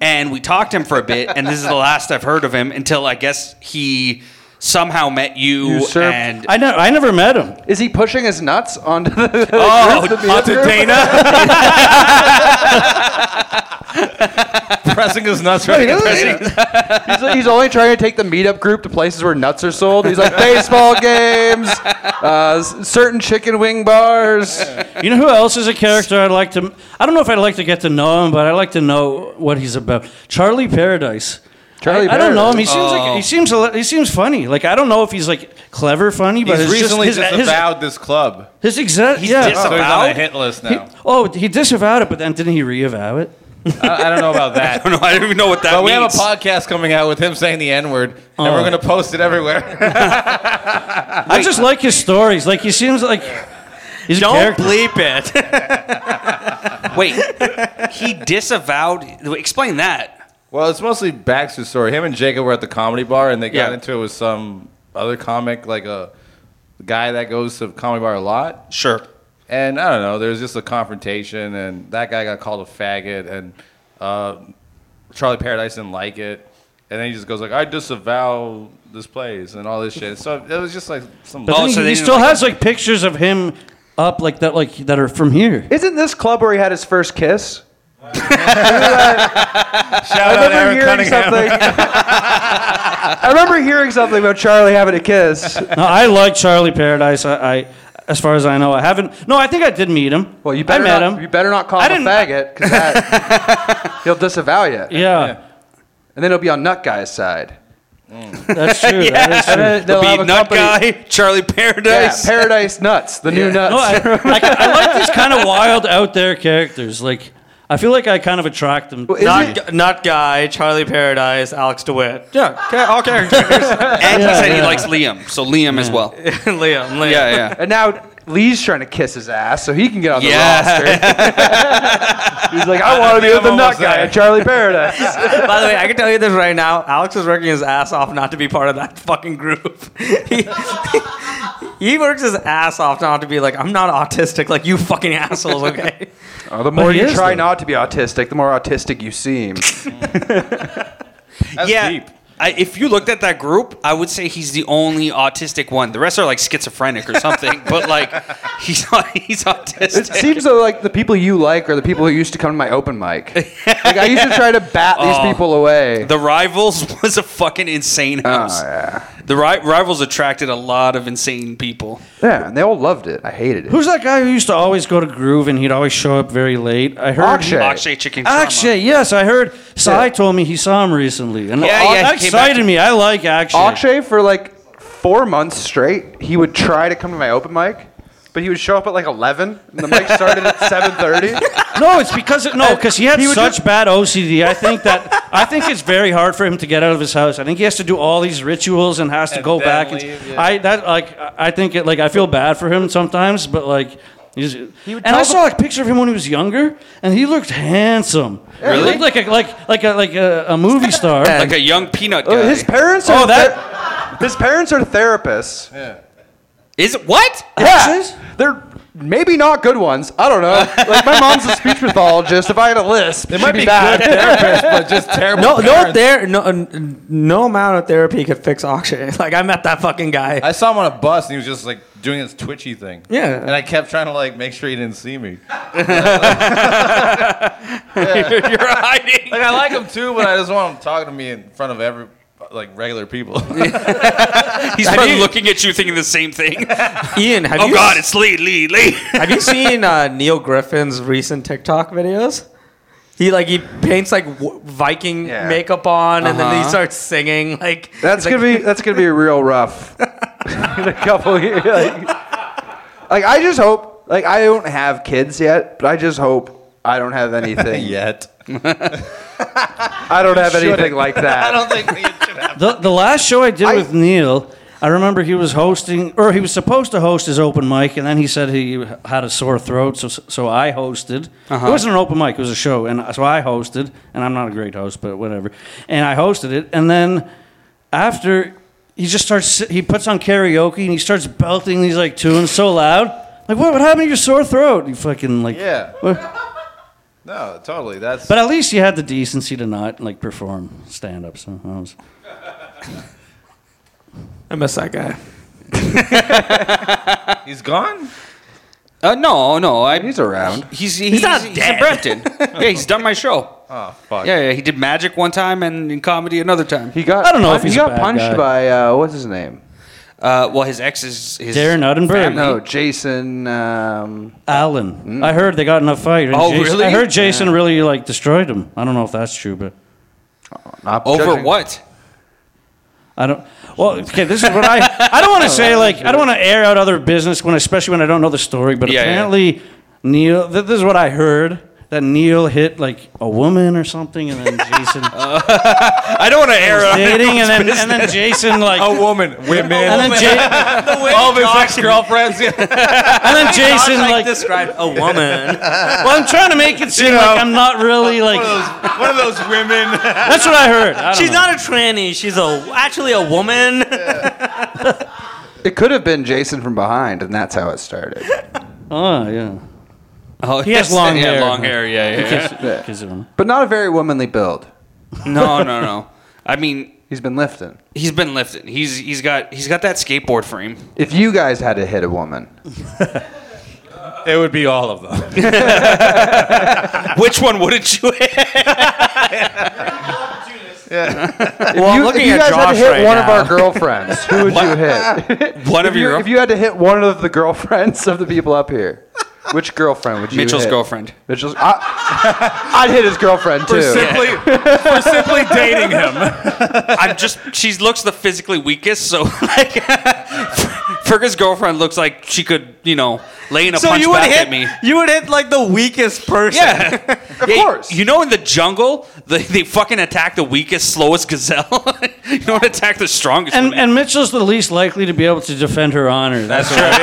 S3: and we talked to him for a bit, and this is the last I've heard of him until I guess he somehow met you
S5: Usurped.
S3: and
S6: I know. I never met him.
S5: Is he pushing his nuts onto the?
S3: Oh,
S5: the beer
S3: onto
S5: group?
S3: Dana.
S4: Pressing his nuts
S5: No, he
S4: right.
S5: doesn't. he's, he's only trying to take the meetup group to places where nuts are sold. He's like baseball games, uh, s- certain chicken wing bars.
S6: You know who else is a character I'd like to? I don't know if I'd like to get to know him, but I'd like to know what he's about. Charlie Paradise.
S5: Charlie
S6: I, I don't know him. He
S5: Paradise.
S6: seems like he seems a, li- he seems funny. Like I don't know if he's like clever funny, but
S4: He's
S6: it's
S4: recently
S6: just, his,
S4: disavowed this club.
S6: his, his exact yeah.
S4: So he's on a
S3: Disavowed?
S4: hit list now.
S6: Oh, he disavowed it, but then didn't he reavow it?
S4: I, I don't know about that.
S3: I don't know. I don't even know what that
S4: But we
S3: means.
S4: have a podcast coming out with him saying the N word, and we're gonna post it everywhere.
S6: I just like his stories. Like he seems like he's a
S7: Don't
S6: character.
S7: bleep it.
S3: Wait, he disavowed. Explain that.
S4: well, it's mostly Baxter's story. Him and Jacob were at the comedy bar, and they got
S3: Yeah.
S4: into it with some other comic, like a guy that goes to comedy bar a lot.
S3: Sure.
S4: And I don't know, there was just a confrontation, and that guy got called a faggot, and uh, Charlie Paradise didn't like it. And then he just goes like, "I disavow this place and all this shit." So it was just like some.
S6: But
S3: Oh,
S6: then
S3: so
S6: he,
S3: they
S6: he
S3: didn't
S6: still
S3: like
S6: has like pictures of him up like that, like that are from here.
S5: Isn't this club where he had his first kiss?
S4: Shout
S5: I remember hearing something. I remember hearing something about Charlie having a kiss.
S6: No, I like Charlie Paradise. I, I, as far as I know, I haven't. No, I think I did meet him.
S5: Well, you better
S6: I met
S5: not,
S6: him.
S5: You better not call
S6: I
S5: him a
S6: didn't-
S5: faggot because he'll disavow you, and
S6: yeah,
S5: then he'll be on Nut Guy's side.
S6: that's true. That is true.
S5: And they'll
S3: Be
S5: have a
S3: nut guy,
S5: company-
S3: Charlie
S5: Yeah,
S3: Paradise.
S5: Paradise Nuts, the new nuts.
S6: No, I, I, I like these kind of wild, out there characters. Like, I feel like I kind of attract them.
S5: Well, is
S6: Not-
S5: it-
S7: Nut, nut guy, Charlie Paradise, Alex DeWitt. Yeah, okay, all characters.
S3: and he said he
S6: yeah.
S3: likes Liam, so Liam as well. Yeah,
S7: Liam, Liam.
S3: yeah.
S5: And now Lee's trying to kiss his ass so he can get on the
S3: Yeah.
S5: roster. He's like, I want to be with the
S4: I'm
S5: nut
S4: almost
S5: guy
S4: there.
S5: at Charlie Paradise.
S7: By the way, I can tell you this right now. Alex is working his ass off not to be part of that fucking group. he, he works his ass off not to be like, I'm not autistic like you fucking assholes, okay?
S5: Uh, the more
S6: he
S5: you
S6: is,
S5: try
S6: though.
S5: not to be autistic, the more autistic you seem.
S4: That's
S3: yeah.
S4: deep.
S3: I, if you looked at that group, I would say he's the only autistic one. The rest are like schizophrenic or something, but like he's he's
S5: It
S3: autistic.
S5: seems though like the people you like are the people who used to come to my open mic. Like I used to try to bat these people away. Oh,
S3: The Rivals was a fucking insane house.
S5: yeah.
S3: The ri- Rivals attracted a lot of insane people.
S5: yeah, and they all loved it. I hated it.
S6: who's that guy who used to always go to Groove and he'd always show up very late? I heard.
S5: Akshay.
S3: Akshay Chicken Trauma.
S6: Akshay, yes, I heard. Sai told me he saw him recently, and
S3: Yeah,
S6: that-
S3: yeah,
S6: that
S3: he came back
S6: excited
S3: to-
S6: me. I like Akshay.
S5: Akshay for like four months straight, he would try to come to my open mic, but he would show up at like eleven, and the mic started at seven thirty.
S6: No, it's because of, no, because he had
S5: He would
S6: such
S5: just-
S6: bad OCD. I think that I think it's very hard for him to get out of his house. I think he has to do all these rituals and has to
S4: And
S6: go
S4: then
S6: back.
S4: leave,
S6: and
S4: yeah.
S6: I that like I I think it like I feel bad for him sometimes, but like. He's,
S5: would
S6: and I
S5: tell
S6: saw a picture of him when he was younger, and he looked handsome. Really, he looked like a like like a like a, a movie star.
S3: Like a young peanut guy.
S5: His parents
S6: Oh,
S5: are
S6: that-
S5: ther- his parents are therapists.
S3: Is it what?
S5: Yeah. They're maybe not good ones. I don't know. Like my mom's a speech pathologist. If I had a lisp, it
S4: Might be bad therapist, but just terrible.
S7: No, no,
S4: parents.
S7: there, no, n- no amount of therapy could fix Akshay. Like I met that fucking guy.
S4: I saw him on a bus, and he was just like doing his twitchy thing.
S7: Yeah.
S4: And I kept trying to like make sure he didn't see me.
S3: You're hiding.
S4: Like I like him too, but I just want him talking to me in front of every like regular people.
S3: He's probably looking at you thinking the same thing.
S7: Ian, have
S3: oh
S7: you
S3: God, it's Lee, Lee, Lee.
S7: have you seen uh, Neil Griffin's recent TikTok videos? He like he paints like w- Viking
S5: Yeah.
S7: makeup on, and then
S3: Uh-huh.
S7: he starts singing like
S5: That's
S7: he's
S5: gonna be that's gonna be real rough in a couple years. Like, like, I just hope like I don't have kids yet, but I just hope I don't have anything
S4: Yet.
S5: I don't have anything like that.
S6: The, the last show I did
S5: I-
S6: with Neil, I remember he was hosting, or he was supposed to host his open mic, and then he said he had a sore throat, so so I hosted. It wasn't an open mic; it was a show, and so I hosted. And I'm not a great host, but whatever. And I hosted it, and then after he just starts, he puts on karaoke and he starts belting these like tunes so loud. Like, what? What happened to your sore throat? You fucking like.
S4: Yeah.
S6: What?
S4: No, totally. That's.
S6: But at least you had the decency to not like perform stand up. So that was-
S7: I miss that guy.
S4: he's gone?
S3: Uh, no, no. I,
S5: He's around.
S3: He's he's, he's,
S7: not
S3: he's in Brampton. yeah, he's done my show.
S4: Oh, fuck.
S3: Yeah, yeah. He did magic one time and in comedy another time.
S5: He got
S6: I don't know if
S5: he
S6: he's a
S5: got
S6: bad
S5: punched
S6: guy.
S5: by uh, what's his name?
S3: Uh, well, his ex is his
S6: Darren Uddenberg.
S3: family.
S5: No, Oh, Jason. Um,
S6: Allen. I heard they got in a fight. and
S3: Oh,
S6: Jason-
S3: really?
S6: I heard Jason really like destroyed him. I don't know if that's true, but
S5: not
S3: Over
S5: judging-
S3: what?
S6: I don't. Well, okay, this is what I. I don't want
S4: Oh,
S6: to say like I don't want to air out other business when, especially when I don't know the story. But
S3: Yeah, yeah.
S6: apparently, Neil. Th- this is what I heard that Neil hit like a woman or something, and then Jason
S3: I don't want to air uh, it.
S6: dating, and then and then Jason like
S4: Oh, A woman. Women.
S6: and then Ja-
S4: All of his ex girlfriends. Yeah.
S6: and then Jason
S7: Jason
S6: like.
S7: described a woman.
S6: Well, I'm trying to make it seem like I'm not really like.
S4: One of those women.
S6: That's what I heard. I don't
S7: She's
S6: know.
S7: not a tranny. She's a actually a woman.
S5: It could have been Jason from behind, and that's how it started.
S6: Oh yeah.
S3: Oh,
S6: He has long
S3: yeah,
S6: hair.
S3: long hair. Yeah, yeah. yeah.
S5: Yeah.
S6: Kiss him.
S5: But not a very womanly build.
S3: no, no, no. I mean,
S5: He's been lifting.
S3: he's been lifting. He's he's got he's got that skateboard frame.
S5: If you guys had to hit a woman,
S4: It would be all of them.
S3: Which one wouldn't you?
S5: well,
S7: I'm
S5: you,
S7: looking
S5: if you
S7: at
S5: guys had to
S7: Josh
S5: hit
S7: right
S5: one of
S7: now.
S5: our girlfriends, who would you hit?
S3: one of
S5: if, you,
S3: your
S5: if you had to hit one of the girlfriends of the people up here, which girlfriend would you
S3: Mitchell's
S5: hit?
S3: girlfriend.
S5: Mitchell's. I, I'd hit his girlfriend too.
S4: simply, for simply dating him.
S3: I'm just. She looks the physically weakest. So like, Fergus' girlfriend looks like she could, you know, lay in a
S7: so
S3: punch
S7: you would
S3: back
S7: hit
S3: at me.
S7: You would hit like the weakest person.
S3: Yeah, of
S5: course.
S3: You know, in the jungle, they, they fucking attack the weakest, slowest gazelle. you don't attack the strongest.
S6: And
S3: one.
S6: and Mitchell's the least likely to be able to defend her honor. That's right.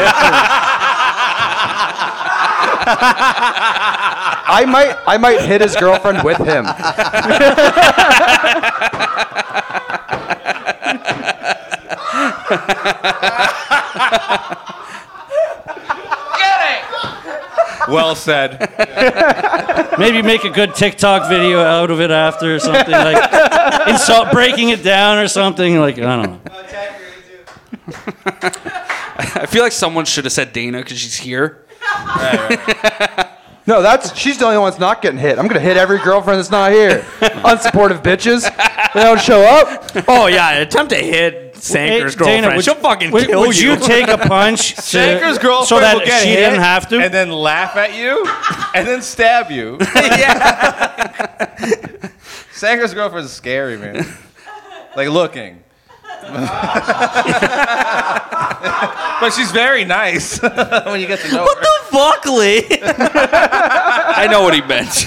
S5: I might, I might hit his girlfriend with him.
S4: Well said.
S6: Maybe make a good TikTok video out of it after or something like insult breaking it down or something like I don't know.
S3: I feel like someone should have said Dana because she's here.
S5: No, that's she's the only one that's not getting hit. I'm gonna hit every girlfriend that's not here. Unsupportive bitches. They don't show up.
S7: Oh yeah, attempt to hit Sanker's
S6: Hey,
S7: girlfriend.
S6: would-
S7: She'll fucking
S6: would,
S7: kill
S6: would you. take a punch to,
S4: Sanker's girlfriend
S6: so that
S4: will get
S6: she
S4: hit
S6: didn't have to?
S4: and then laugh at you, and then stab you. Sanger's girlfriend's scary, man. Like looking. but she's very nice when you get to know
S7: What
S4: her.
S7: the fuck, Lee?
S3: I know what he meant.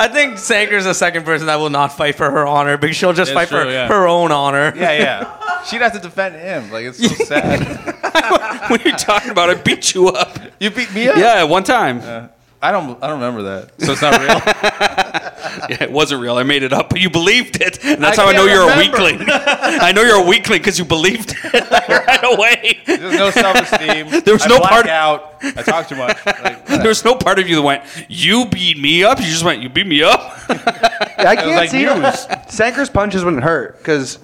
S7: I think Sanker's the second person that will not fight for her honor because she'll just
S4: It's
S7: fight for
S4: true, yeah.
S7: her own honor.
S4: yeah, yeah. She'd have to defend him. Like it's so sad.
S3: when you're talking about, I beat you up.
S4: You beat me up.
S3: Yeah, one time.
S4: I don't. I don't remember that. So it's not real.
S3: Yeah, it wasn't real. I made it up, but you believed it. And that's
S4: I
S3: how I know
S4: can't
S3: you're
S4: remember.
S3: a weakling. I know you're a weakling because you believed it right away.
S4: There's no self-esteem.
S3: There was
S4: I
S3: no
S4: black
S3: part-
S4: out. I talk too much. Like,
S3: There's no part of you that went, "You beat me up." You just went, "You beat me up."
S5: I can't
S4: like
S5: see him. Sanker's punches wouldn't hurt because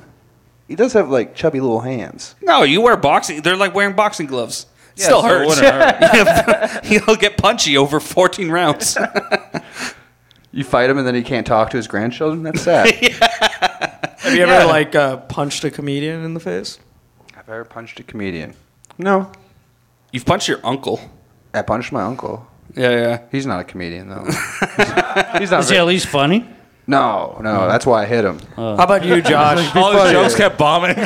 S5: he does have like chubby little hands.
S3: No, you wear boxing. They're like wearing boxing gloves. It Still
S4: so it
S3: hurts.
S4: wouldn't hurt.
S3: He'll get punchy over 14 rounds.
S5: You fight him and then he can't talk to his grandchildren. That's sad.
S7: Have you ever like uh, punched a comedian in the face?
S5: Have I ever punched a comedian? No.
S3: You've punched your uncle.
S5: I punched my uncle.
S3: Yeah, yeah.
S5: He's not a comedian though. He's not.
S6: Is he
S5: Very,
S6: at least funny?
S5: no, no, that's why I hit him.
S7: How about you, Josh?
S4: All his
S5: funny.
S4: jokes kept bombing. he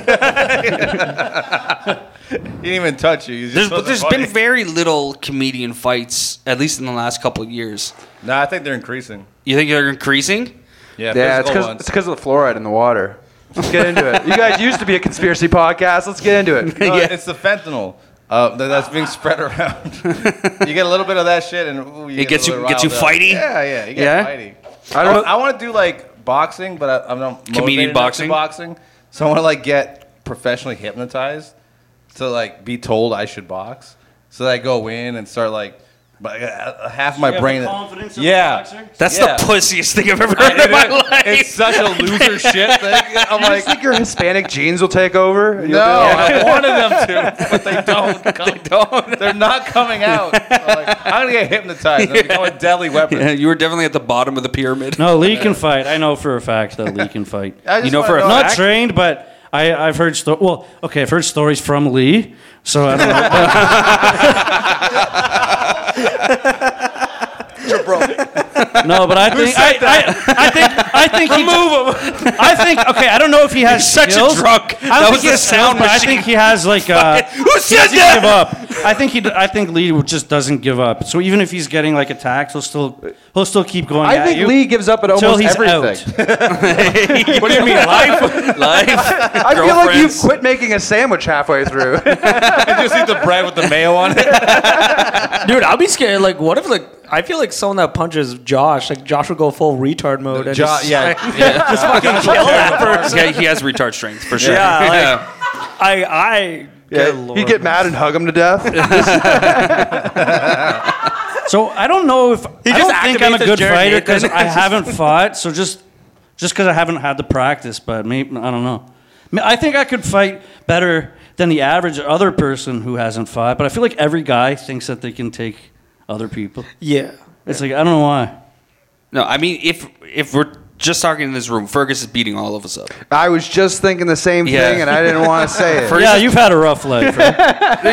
S4: didn't even touch you.
S3: There's, but there's been very little comedian fights, at least in the last couple of years.
S4: No, nah, I think they're increasing.
S3: You think they're increasing?
S4: Yeah,
S5: yeah, it's
S4: physical
S5: because
S4: ones.
S5: it's because of the fluoride in the water. Let's get into it. You guys used to be a conspiracy podcast. Let's get into it.
S4: No,
S3: Yeah.
S4: It's the fentanyl uh, that, that's being spread around. you get a little bit of that shit, and ooh, you
S3: It
S4: get a
S3: gets you-
S4: little
S3: gets you
S4: riled up.
S3: fighty?
S4: Yeah, yeah, you get
S3: Yeah?
S4: fighty.
S5: I
S4: I,
S5: don't-
S4: don't, I want to do like boxing, but I, I'm not motivated
S3: Comedian
S4: enough
S3: boxing?
S4: to Boxing. So I want to like get professionally hypnotized to like be told I should box, so that I go in and start like. But uh, half my brain. yeah,
S3: That's
S4: Yeah.
S3: the pussiest thing I've ever heard in my life.
S4: it's such a loser shit thing. I'm
S5: I
S4: like,
S5: think your Hispanic genes will take over. and you'll
S4: no,
S5: be
S4: I
S5: like-
S4: wanted them to, but they don't. Come. They don't. They're not coming out. I'm, like, I'm gonna get hypnotized. I'm become a deadly weapon.
S3: Yeah, you were definitely at the bottom of the pyramid.
S6: No, Lee can fight. I know for a fact that Lee can fight.
S4: I just
S3: You know
S4: wanna
S3: for a
S6: Not
S3: fact?
S6: trained, but I, I've heard sto- well, okay, I've heard stories from Lee. So I don't know. no, but I think I, I, I think I think remove he, him. I think okay. I don't know if he has
S3: Such
S6: skills.
S3: a drunk.
S6: I
S3: That
S6: don't
S3: was
S6: think he
S3: the
S6: has skills,
S3: sound
S6: but I
S3: machine.
S6: think he has like uh,
S3: Who said
S6: he doesn't give
S3: that?
S6: up. I think he. d- I think Lee would- just doesn't give up. So even if he's getting like attacked, he'll still he'll still keep going.
S5: I
S6: at
S5: think
S6: you
S5: Lee gives up at
S6: until
S5: almost
S6: he's
S5: everything.
S6: out.
S3: what do you mean, life? life?
S5: I feel like you've
S3: Girlfriends.
S5: quit making a sandwich halfway through.
S4: I just eat the bread with the mayo on it.
S7: Dude, I'll be scared. Like, what if like I feel like someone that punches Josh, like Josh would go full retard mode. And
S4: Jo-
S7: just,
S4: yeah,
S7: just fucking kill that person.
S3: yeah, he has retard strength for sure.
S7: Yeah, like- I, I,
S5: Yeah,
S7: good lord.
S5: you get mad and hug him to death.
S6: So I don't know if I
S7: just
S6: don't think I'm a
S7: activates his
S6: good
S7: Jared
S6: fighter because
S7: Nathan.
S6: I haven't fought. So just just because I haven't had the practice, but maybe I don't know. I, mean, I think I could fight better than the average other person who hasn't fought. But I feel like every guy thinks that they can take other people.
S7: yeah.
S6: It's like I don't know why.
S3: No, I mean, if if we're just talking in this room, Fergus is beating all of us up.
S5: I was just thinking the same
S3: Yeah.
S5: thing, and I didn't want to say it.
S6: yeah, you've had a rough life. Right?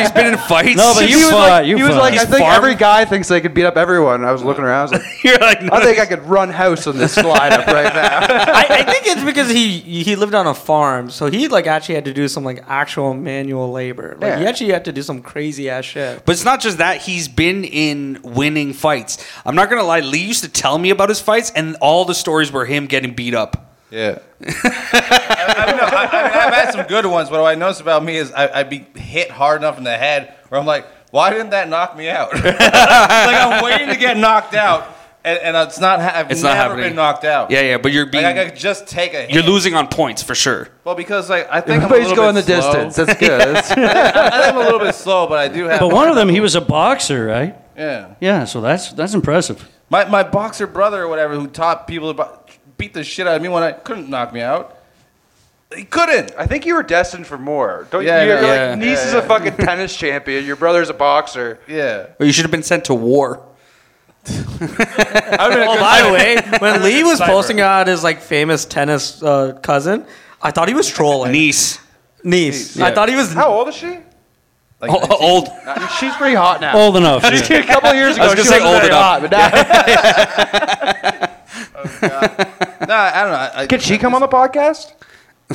S3: He's been in fights.
S6: No, but
S5: He
S6: you
S5: was
S6: fought,
S5: like,
S6: you
S5: he was
S6: fought.
S5: like I
S6: He's
S5: think
S3: farm-
S5: every guy thinks they could beat up everyone. I was looking around. I was like,
S3: you're like, no,
S5: I think I could run house on this slide up right now.
S7: I, I think it's because he he lived on a farm, so he like actually had to do some like actual manual labor. Like he
S5: Yeah.
S7: actually had to do some crazy ass shit.
S3: But it's not just that he's been in winning fights. I'm not gonna lie. Lee used to tell me about his fights, and all the stories were him getting beat up.
S4: yeah. I, I don't know. I, I mean, I've had some good ones, but what I notice about me is I, I'd be hit hard enough in the head where I'm like, why didn't that knock me out? like I'm waiting to get knocked out, and, and it's not. ha- I've
S3: It's
S4: never
S3: not happening.
S4: been knocked out.
S3: Yeah, yeah. But you're being,
S4: Like I could just take a. Hit.
S3: you're losing on points for sure.
S4: Well, because like I think
S5: Everybody's
S4: I'm a little
S5: going the
S4: bit slow.
S5: distance. That's good. That's-
S4: I think I'm a little bit slow, but I do have.
S6: But one of them, he was a boxer, right?
S4: yeah.
S6: Yeah, so that's that's impressive.
S4: My, my boxer brother or whatever who taught people about beat the shit out of me when I couldn't knock me out. He couldn't.
S5: I think you were destined for more. Don't
S4: Yeah,
S5: you? Your
S4: yeah,
S5: like, niece is a fucking tennis champion. Your brother's a boxer.
S4: Yeah.
S3: Or you should have been sent to war.
S4: I mean,
S7: Oh, by the way, when Lee was posting out his like famous tennis uh, cousin, I thought he was trolling.
S3: Nice.
S7: Niece. I
S4: Yeah.
S7: thought he was.
S5: How old is she?
S4: like,
S3: O- old.
S5: She's pretty hot now.
S6: Old enough. yeah.
S5: A couple of years
S3: I
S5: ago,
S3: was gonna
S5: she
S3: say
S5: wasn't
S3: old
S5: very
S3: enough.
S5: hot, but now-
S4: nah, I don't know. I, I,
S5: Can she come on the podcast?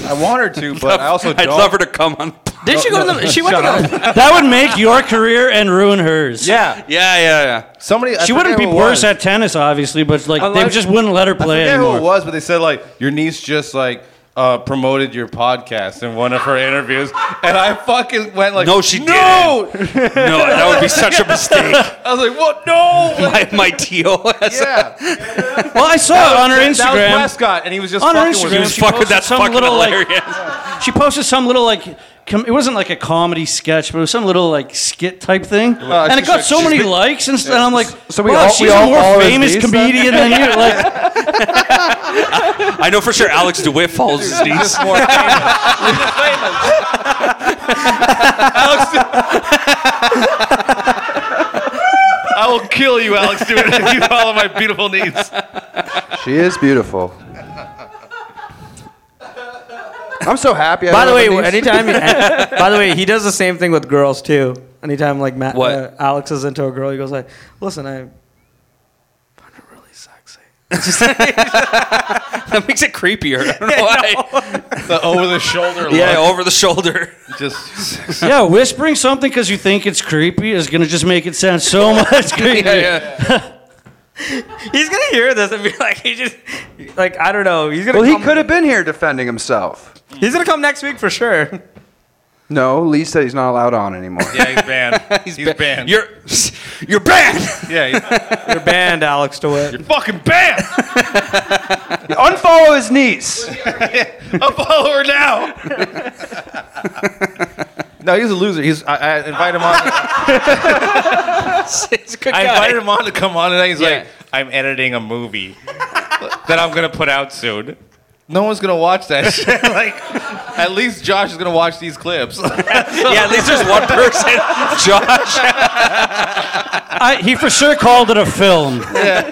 S4: I want her to, but I also
S3: I'd
S4: don't.
S3: love her to come on.
S7: Did she go to the? She went to the,
S6: That would make your career and ruin hers.
S4: Yeah.
S3: Yeah, yeah, yeah.
S4: Somebody. I
S6: She wouldn't be
S4: forget who it
S6: worse
S4: was.
S6: at tennis, obviously, but like they
S4: Unless-
S6: just wouldn't let her
S4: I
S6: play
S4: forget who
S6: anymore.
S4: it was, but they said like your niece just like. Uh, promoted your podcast in one of her interviews, and I fucking went like,
S3: No, she
S4: no!
S3: No, that would be such a mistake.
S4: I was like, what? No, Like,
S3: My, my TOS.
S4: yeah.
S6: Well, I saw it on her
S4: That was
S6: Instagram.
S4: Prescott, and he was just
S6: On her
S4: fucking with
S6: Instagram,
S4: me.
S3: She was
S6: She
S3: fucking.
S6: posted
S3: That's
S6: some
S3: fucking
S6: little, like-
S3: hilarious.
S6: She posted some little like com- it wasn't like a comedy sketch, but it was some little like skit type thing, and it
S4: she's
S6: got
S4: like-
S6: so
S4: she's
S6: many
S4: been-
S6: likes, and, s- and I'm like,
S5: So we
S6: wow,
S5: all- we
S6: she's
S5: all
S6: a more
S5: follow his
S6: famous
S5: niece then?
S6: comedian than you. Like,
S3: I know for sure Alex DeWitt follows his niece.
S4: more famous. Alex, I will kill you, Alex Stewart, if you follow my beautiful niece.
S5: She is beautiful. I'm so happy. I
S7: by the
S5: don't
S7: way,
S5: have a niece.
S7: anytime. He, by the way, he does the same thing with girls too. Anytime like Matt,
S3: What?
S7: Uh, Alex is into a girl, he goes like, "Listen, I find her really sexy."
S3: That makes it creepier. I don't know why.
S4: The over the shoulder look.
S3: Yeah, over the shoulder.
S4: Just
S6: yeah, whispering something because you think it's creepy is gonna just make it sound so much creepier.
S7: He's gonna hear this and be like, he just like I don't know. He's gonna.
S5: Well, he
S7: come-
S5: could have been here defending himself.
S7: He's gonna come next week for sure.
S5: No, Lee said he's not allowed on anymore.
S4: yeah, he's banned. He's, banned.
S3: You're you're banned.
S4: yeah,
S7: You're banned, Alex DeWitt.
S4: he's fucking banned.
S5: Unfollow his niece.
S4: Unfollow her now. no, he's a loser. He's I, I invite him on.
S3: It's a good
S4: I
S3: guy.
S4: invited him on to come on tonight. He's
S3: Yeah.
S4: like, I'm editing a movie that I'm gonna put out soon. No one's gonna watch that shit. like, at least Josh is gonna watch these clips.
S3: Yeah, at least there's one person. Josh.
S6: I, he for sure called it a film.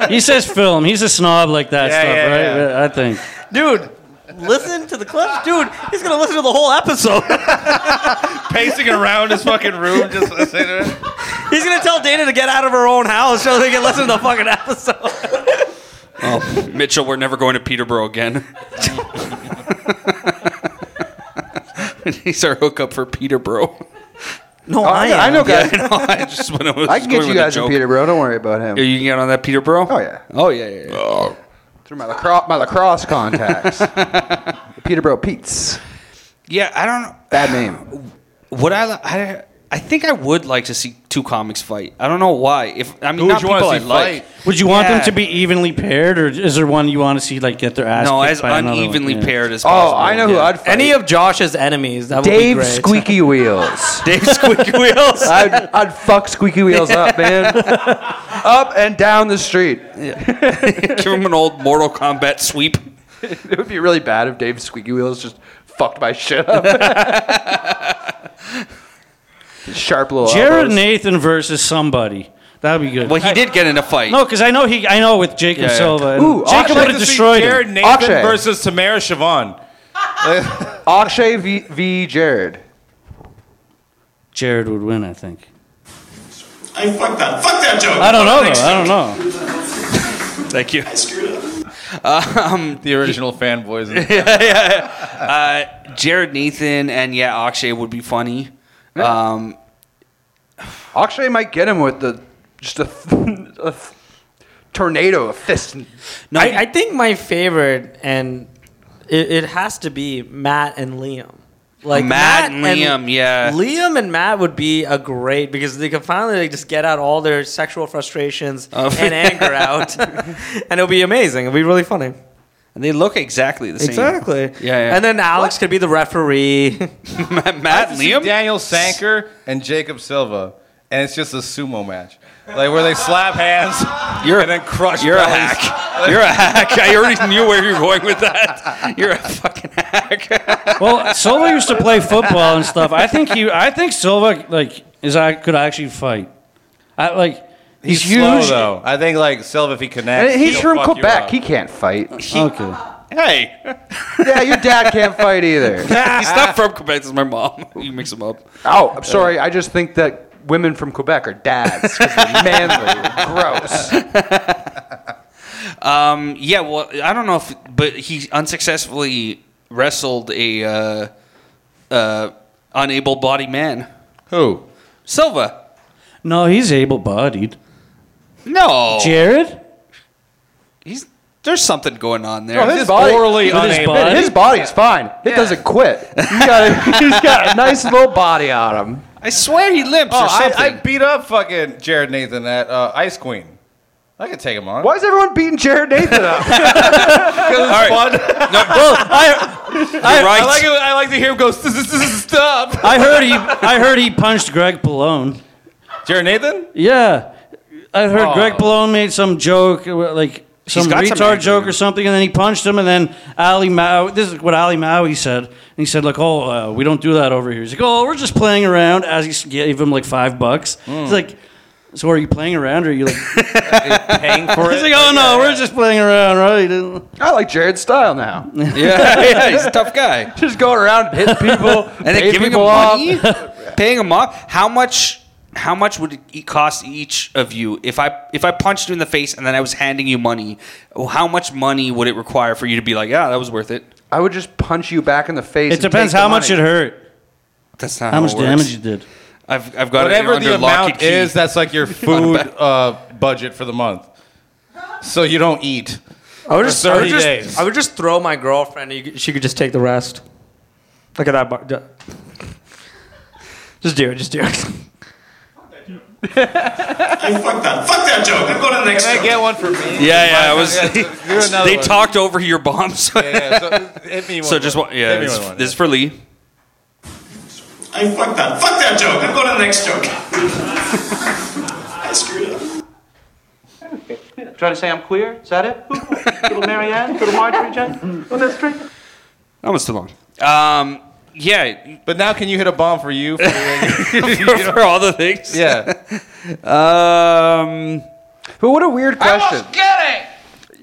S6: He says film. He's a snob like that
S4: Yeah,
S6: stuff,
S4: yeah,
S6: right?
S4: yeah.
S6: I think.
S7: Dude, listen to the clips. Dude, he's gonna listen to the whole episode.
S4: Pacing around his fucking room, just sitting there.
S7: He's gonna tell Dana to get out of her own house so they can listen to the fucking episode.
S3: Mitchell, we're never going to Peterborough again. He's our hookup for Peterborough.
S7: No,
S5: I, I know, guys.
S3: I know. I just went. I, was
S5: I can
S3: going
S5: get you
S3: with a
S5: guys in
S3: joke.
S5: Peterborough. Don't worry about
S3: Yeah,
S5: him.
S3: You can get on that Peterborough.
S5: Oh yeah,
S3: Oh yeah. yeah, yeah.
S5: through my lacrosse, my lacrosse contacts. Peterborough Pete's.
S3: yeah I don't. know.
S5: Bad name.
S3: Would I? li- I I think I would like to see two comics fight. I don't know why. If I mean,
S4: Who
S3: not
S4: would you
S3: people
S4: wanna
S3: I
S4: see
S3: like.
S4: fight?
S6: Would you want
S3: Yeah.
S6: them to be evenly paired, or is there one you want to see like get their ass?
S3: No,
S6: kicked
S3: as
S6: by another one?
S3: unevenly
S6: Yeah.
S3: paired as
S5: Oh,
S3: possible.
S5: I know who
S3: yeah.
S5: I'd fight.
S7: Any of Josh's enemies, that would be
S5: Dave
S7: great.
S5: Squeaky Wheels.
S3: Dave Squeaky Wheels.
S5: I'd, I'd fuck Squeaky Wheels up, man. up and down the street.
S3: Give him an old Mortal Kombat sweep.
S5: It would be really bad if Dave Squeaky Wheels just fucked my shit up. Sharp little.
S6: Jared
S5: elbows.
S6: Nathan versus somebody. That'd be good.
S3: Well, he did get in a fight.
S6: no, because I know he. I know with Jacob
S3: Yeah, yeah.
S6: Silva. and
S5: Ooh, I'd
S6: Jacob
S5: like
S6: would have destroyed
S4: Jared
S6: him.
S4: Nathan
S5: Akshay.
S4: versus Tamara Siobhan.
S5: Akshay v, v. Jared.
S6: Jared would win, I think.
S9: I fuck that. Fuck that joke.
S6: I don't know. Though. I don't know.
S3: Thank you.
S9: I screwed up.
S3: Um,
S4: The original fanboys.
S3: Uh, Jared Nathan and yeah, Akshay would be funny. Um,
S5: Akshay might get him with the just a, a tornado, a fist.
S3: no,
S7: I, I think my favorite, and it, it has to be Matt and Liam. Like
S3: Matt and Liam, yeah.
S7: Liam and Matt would be a great because they could finally like, just get out all their sexual frustrations
S3: Oh.
S7: and anger out, and it'll be amazing. It'll be really funny.
S3: and they look exactly the same.
S7: Exactly.
S3: Yeah, yeah.
S7: And then Alex could be the referee.
S3: Matt, Matt and Liam.
S4: Daniel Sanker and Jacob Silva, and it's just a sumo match, like where they slap hands
S3: You're-
S4: and then crush.
S3: You're a
S4: bellies.
S3: hack. You're a hack. I already knew where you were going with that. You're a fucking hack.
S6: Well, Silva used to play football and stuff. I think he. I think Silva like is. I could actually fight. I like. He's,
S4: Slow
S3: Oh,
S6: huge.
S4: though. I think like Silva, if he connects,
S5: And he's
S4: he'll
S5: from
S4: fuck you
S5: Quebec.
S4: up.
S5: He can't fight.
S6: Okay.
S4: hey,
S5: yeah, your dad can't fight either.
S3: He's not from Quebec. It's my mom. You mix him up.
S5: Oh, I'm sorry. I just think that women from Quebec are dads. 'cause they're manly, gross.
S3: Um, yeah, well, I don't know if, but he unsuccessfully wrestled a uh, uh, unable body man,
S4: who?
S3: Silva.
S6: No, he's able-bodied.
S3: No,
S6: Jared.
S3: he's there's something going on there.
S5: Oh, his body-
S4: orally
S6: With his
S4: unable.
S6: body?
S5: His body's fine. It doesn't quit. He's got, a, he's got a nice little body on him.
S3: I swear he limps
S4: Oh,
S3: or
S4: I,
S3: something.
S4: I beat up fucking Jared Nathan at uh, Ice Queen. I could take him on.
S5: Why is everyone beating Jared Nathan up?
S3: All right. No, well, I, you're right.
S4: I like it. I like to hear him go. "Zzz, zzz, zzz, Stop,
S6: I heard he. I heard he punched Greg Palone.
S4: Jared Nathan.
S6: Yeah, I heard
S4: Oh.
S6: Greg Palone made some joke, uh, like some
S3: got some
S6: retard
S3: anger
S6: joke
S3: in
S6: or
S3: him.
S6: something, and then he punched him. And then Ali Mao. This is what Ali Maui said. And he said, like, oh, uh, we don't do that over here." He's like, "Oh, we're just playing around." As he s- gave him like five bucks, he's like. So are you playing around, or are you like? He's
S4: Paying for it.
S6: like, oh no, we're just playing around, right?
S5: I like Jared's style now.
S3: yeah, yeah, he's a tough guy.
S5: Just going around hitting people
S3: And then
S5: paying
S3: giving him
S5: people off.
S3: money, paying him off. How much how much would it e- cost each of you if I if I punched you in the face and then I was handing you money? well, How much money would it require for you to be like, yeah, that was worth it?
S5: I would just punch you back in the face.
S6: It depends how much it hurt,
S3: That's not
S6: how much
S3: Oh, it works.
S6: damage you did.
S3: I've I've got
S4: Whatever
S3: it under
S4: the
S3: lock and
S4: amount
S3: key.
S4: is, that's like your food uh, budget for the month. So you don't eat.
S7: I would just, I would
S4: 30
S7: just,
S4: days.
S7: I would just throw my girlfriend. and you- She could just take the rest. Look at that. Bar. ju- Just do it. Just do it.
S9: I fuck that. Fuck that joke. I'm going to the next
S4: Can I
S9: joke.
S4: get one for me?
S3: yeah, yeah. I was.
S4: do another
S3: they
S4: one.
S3: talked over your bombs.
S4: Yeah, so hit me one.
S3: so just one. Yeah,
S4: hit me
S3: this,
S4: with one,
S3: this is for Lee.
S9: I fuck that. Fuck that joke. I'm going to the next joke. I screwed up.
S10: Trying to say I'm queer? Is that it? little Marianne? Little Marjorie Jane? On the street?
S3: That was too long. Um, yeah,
S4: But now can you hit a bomb for you? For
S3: for all the things.
S4: yeah.
S3: Um,
S5: But what a weird question.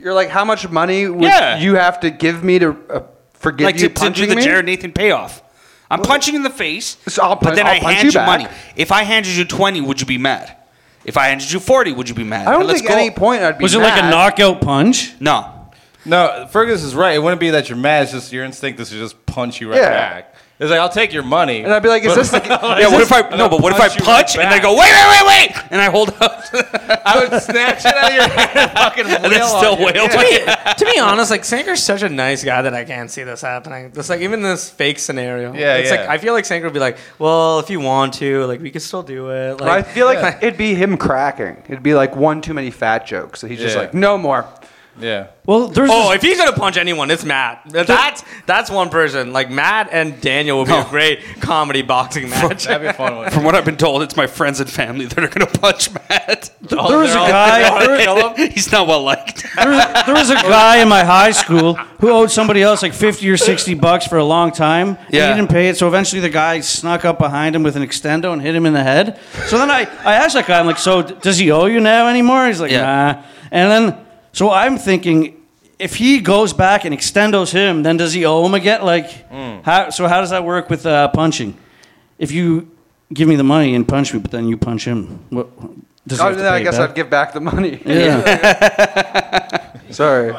S5: You're like, how much money would
S3: Yeah.
S5: you have to give me to uh, forgive
S3: like to,
S5: you
S3: to do
S5: punching
S3: the
S5: me?
S3: Jared Nathan payoff. I'm punching you in the face,
S5: So I'll
S3: but
S5: pun-
S3: then
S5: I'll
S3: I
S5: punch
S3: hand
S5: you
S3: you,
S5: back.
S3: money. If I handed you 20, would you be mad? If I handed you 40, would you be mad?
S5: I don't
S3: Hey, let's
S5: think at any
S3: go.
S5: point I'd be.
S6: Was it like a
S5: mad.
S6: knockout punch?
S3: No.
S4: No, Fergus is right. It wouldn't be that you're mad. It's just your instinct is to just punch you right
S5: Yeah.
S4: back. It's like I'll take your money.
S5: And I'd be like, is
S4: But-
S5: this? The,
S3: Yeah,
S5: is
S3: what
S5: this-
S3: if I no? But what if I
S4: punch you right
S3: punch and then I
S4: back.
S3: go wait, wait, wait, wait, and I hold up
S4: I would snatch it out of your hand and fucking wail
S3: and then still
S4: on you.
S3: wail.
S4: Yeah.
S7: to be honest, like Sanger's such a nice guy that I can't see this happening. It's like even this fake scenario.
S4: Yeah,
S7: it's
S4: yeah.
S7: like I feel like Sanger would be like, well, if you want to, like we could still do it.
S5: I
S7: Like,
S5: feel like it'd be him cracking. It'd be like one too many fat jokes. So he's just
S4: Yeah.
S5: like, no more.
S4: Yeah.
S6: Well, there's
S7: Oh,
S6: this-
S7: if he's gonna punch anyone, it's Matt. That's that's one person. Like Matt and Daniel would be a great comedy boxing match.
S4: That'd be a fun one.
S3: From what I've been told, it's my friends and family that are going to punch Matt.
S6: there was a guy. there-
S3: He's not well liked.
S6: there, there was a guy in my high school who owed somebody else like 50 or 60 bucks for a long time and
S3: Yeah.
S6: he didn't pay it so eventually the guy snuck up behind him with an extendo and hit him in the head so then i, I asked that guy i'm like so d- does he owe you now anymore he's like
S3: Yeah.
S6: nah and then so i'm thinking if he goes back and extendos him then does he owe him again like
S3: Hmm.
S6: how, so how does that work with uh, punching if you give me the money and punch me but then you punch him what does he
S5: Oh,
S6: have to
S5: then I
S6: pay
S5: guess
S6: back?
S5: I'd give back the money.
S6: yeah.
S5: Sorry.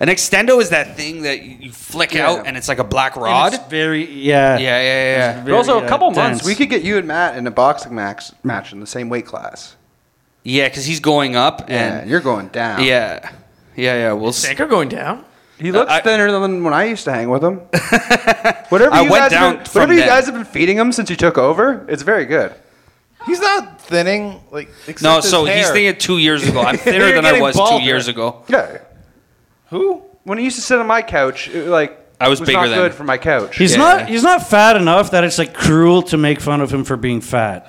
S3: An extendo is that thing that you you flick
S5: Yeah.
S3: out and it's like a black
S6: And
S3: rod.
S6: it's very yeah.
S3: Yeah, yeah, yeah.
S6: Very,
S5: also, a
S6: uh,
S5: couple months,
S6: dense.
S5: we could get you and Matt in a boxing max match in the same weight class.
S3: Yeah, because he's going up
S5: Yeah,
S3: and
S5: you're going down.
S3: yeah, yeah, yeah. We'll see.
S7: Sanker going down.
S5: He looks
S3: I-
S5: thinner than when I used to hang with him. whatever
S3: I
S5: you
S3: went
S5: guys have
S3: down
S5: been,
S3: from
S5: whatever you
S3: then.
S5: guys have been feeding him since you took over, it's very good.
S4: He's not thinning. Like except
S3: No,
S4: his
S3: so he's
S4: hair.
S3: thinking two years ago. I'm thinner
S4: You're
S3: than I
S4: getting
S3: was
S4: balder.
S3: two years ago.
S5: Yeah.
S4: Who?
S5: When he used to sit on my couch, it, like
S3: I was bigger
S5: not
S3: then.
S5: good for my couch.
S6: He's
S3: Yeah.
S6: not he's not fat enough that it's like cruel to make fun of him for being fat.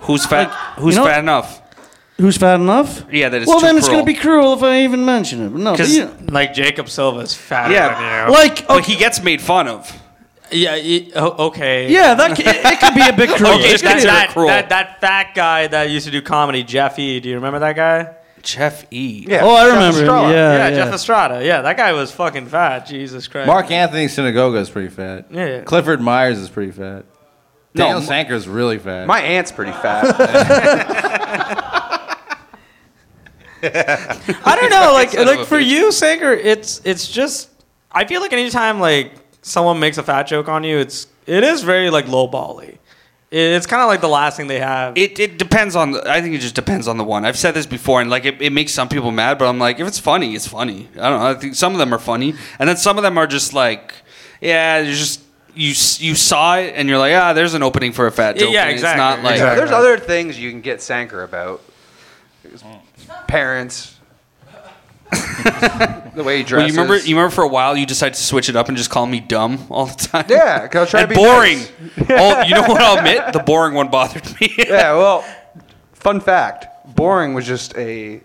S3: Who's fat? who's
S6: you know-
S3: fat enough?
S6: Who's fat enough?
S3: Yeah, that is.
S6: well,
S3: too
S6: then it's
S3: cruel.
S6: gonna be cruel if I even mention it. No, but
S3: 'Cause-
S6: you-
S7: Like Jacob Silva's fat.
S3: Yeah.
S6: like oh,
S3: But
S6: okay,
S3: he gets made fun of.
S7: yeah. y- o- okay.
S6: yeah, that c- it, it could be a bit cruel.
S3: Okay,
S6: It
S3: just
S6: could
S7: That,
S6: be-
S3: consider
S7: that,
S3: cruel.
S7: that, that fat guy that used to do comedy, Jeffy. Do you remember that guy?
S3: Jeff E.
S5: yeah.
S6: oh, I
S5: Jeff
S6: remember. Him.
S5: Estrella.
S6: Yeah,
S7: yeah,
S6: yeah.
S7: Jeff Estrada. Yeah, that guy was fucking fat. Jesus Christ.
S4: Mark Anthony Sinagoga is pretty fat.
S7: Yeah, yeah.
S4: Clifford Myers is pretty fat.
S3: No,
S4: Daniel
S3: m-
S4: Sanker is really fat.
S5: My aunt's pretty fat.
S7: I don't know. Like
S3: Son of a
S7: like for
S3: bitch.
S7: you, Sanger, it's it's just I feel like anytime like someone makes a fat joke on you, it's it is very like low bally. It's kind of like the last thing they have.
S3: It, it depends on. The, I think it just depends on the one. I've said this before, and like it, it makes some people mad, but I'm like, if it's funny, it's funny. I don't know. I think some of them are funny, and then some of them are just like, yeah, you just you s- you saw it, and you're like, ah, there's an opening for a fat
S7: Yeah,
S3: joke.
S7: yeah,
S3: and
S7: exactly,
S3: It's not like
S7: exactly.
S5: There's other things you can get Sanker about. His Parents. the way
S3: Well,
S5: he dresses.
S3: you remember, you remember for a while you decided to switch it up and just call me dumb all the time.
S5: Yeah, 'cause I was trying
S3: and
S5: to be
S3: boring.
S5: nice.
S3: oh, you know what I'll admit? The boring one bothered me.
S5: yeah, well, fun fact. Boring was just a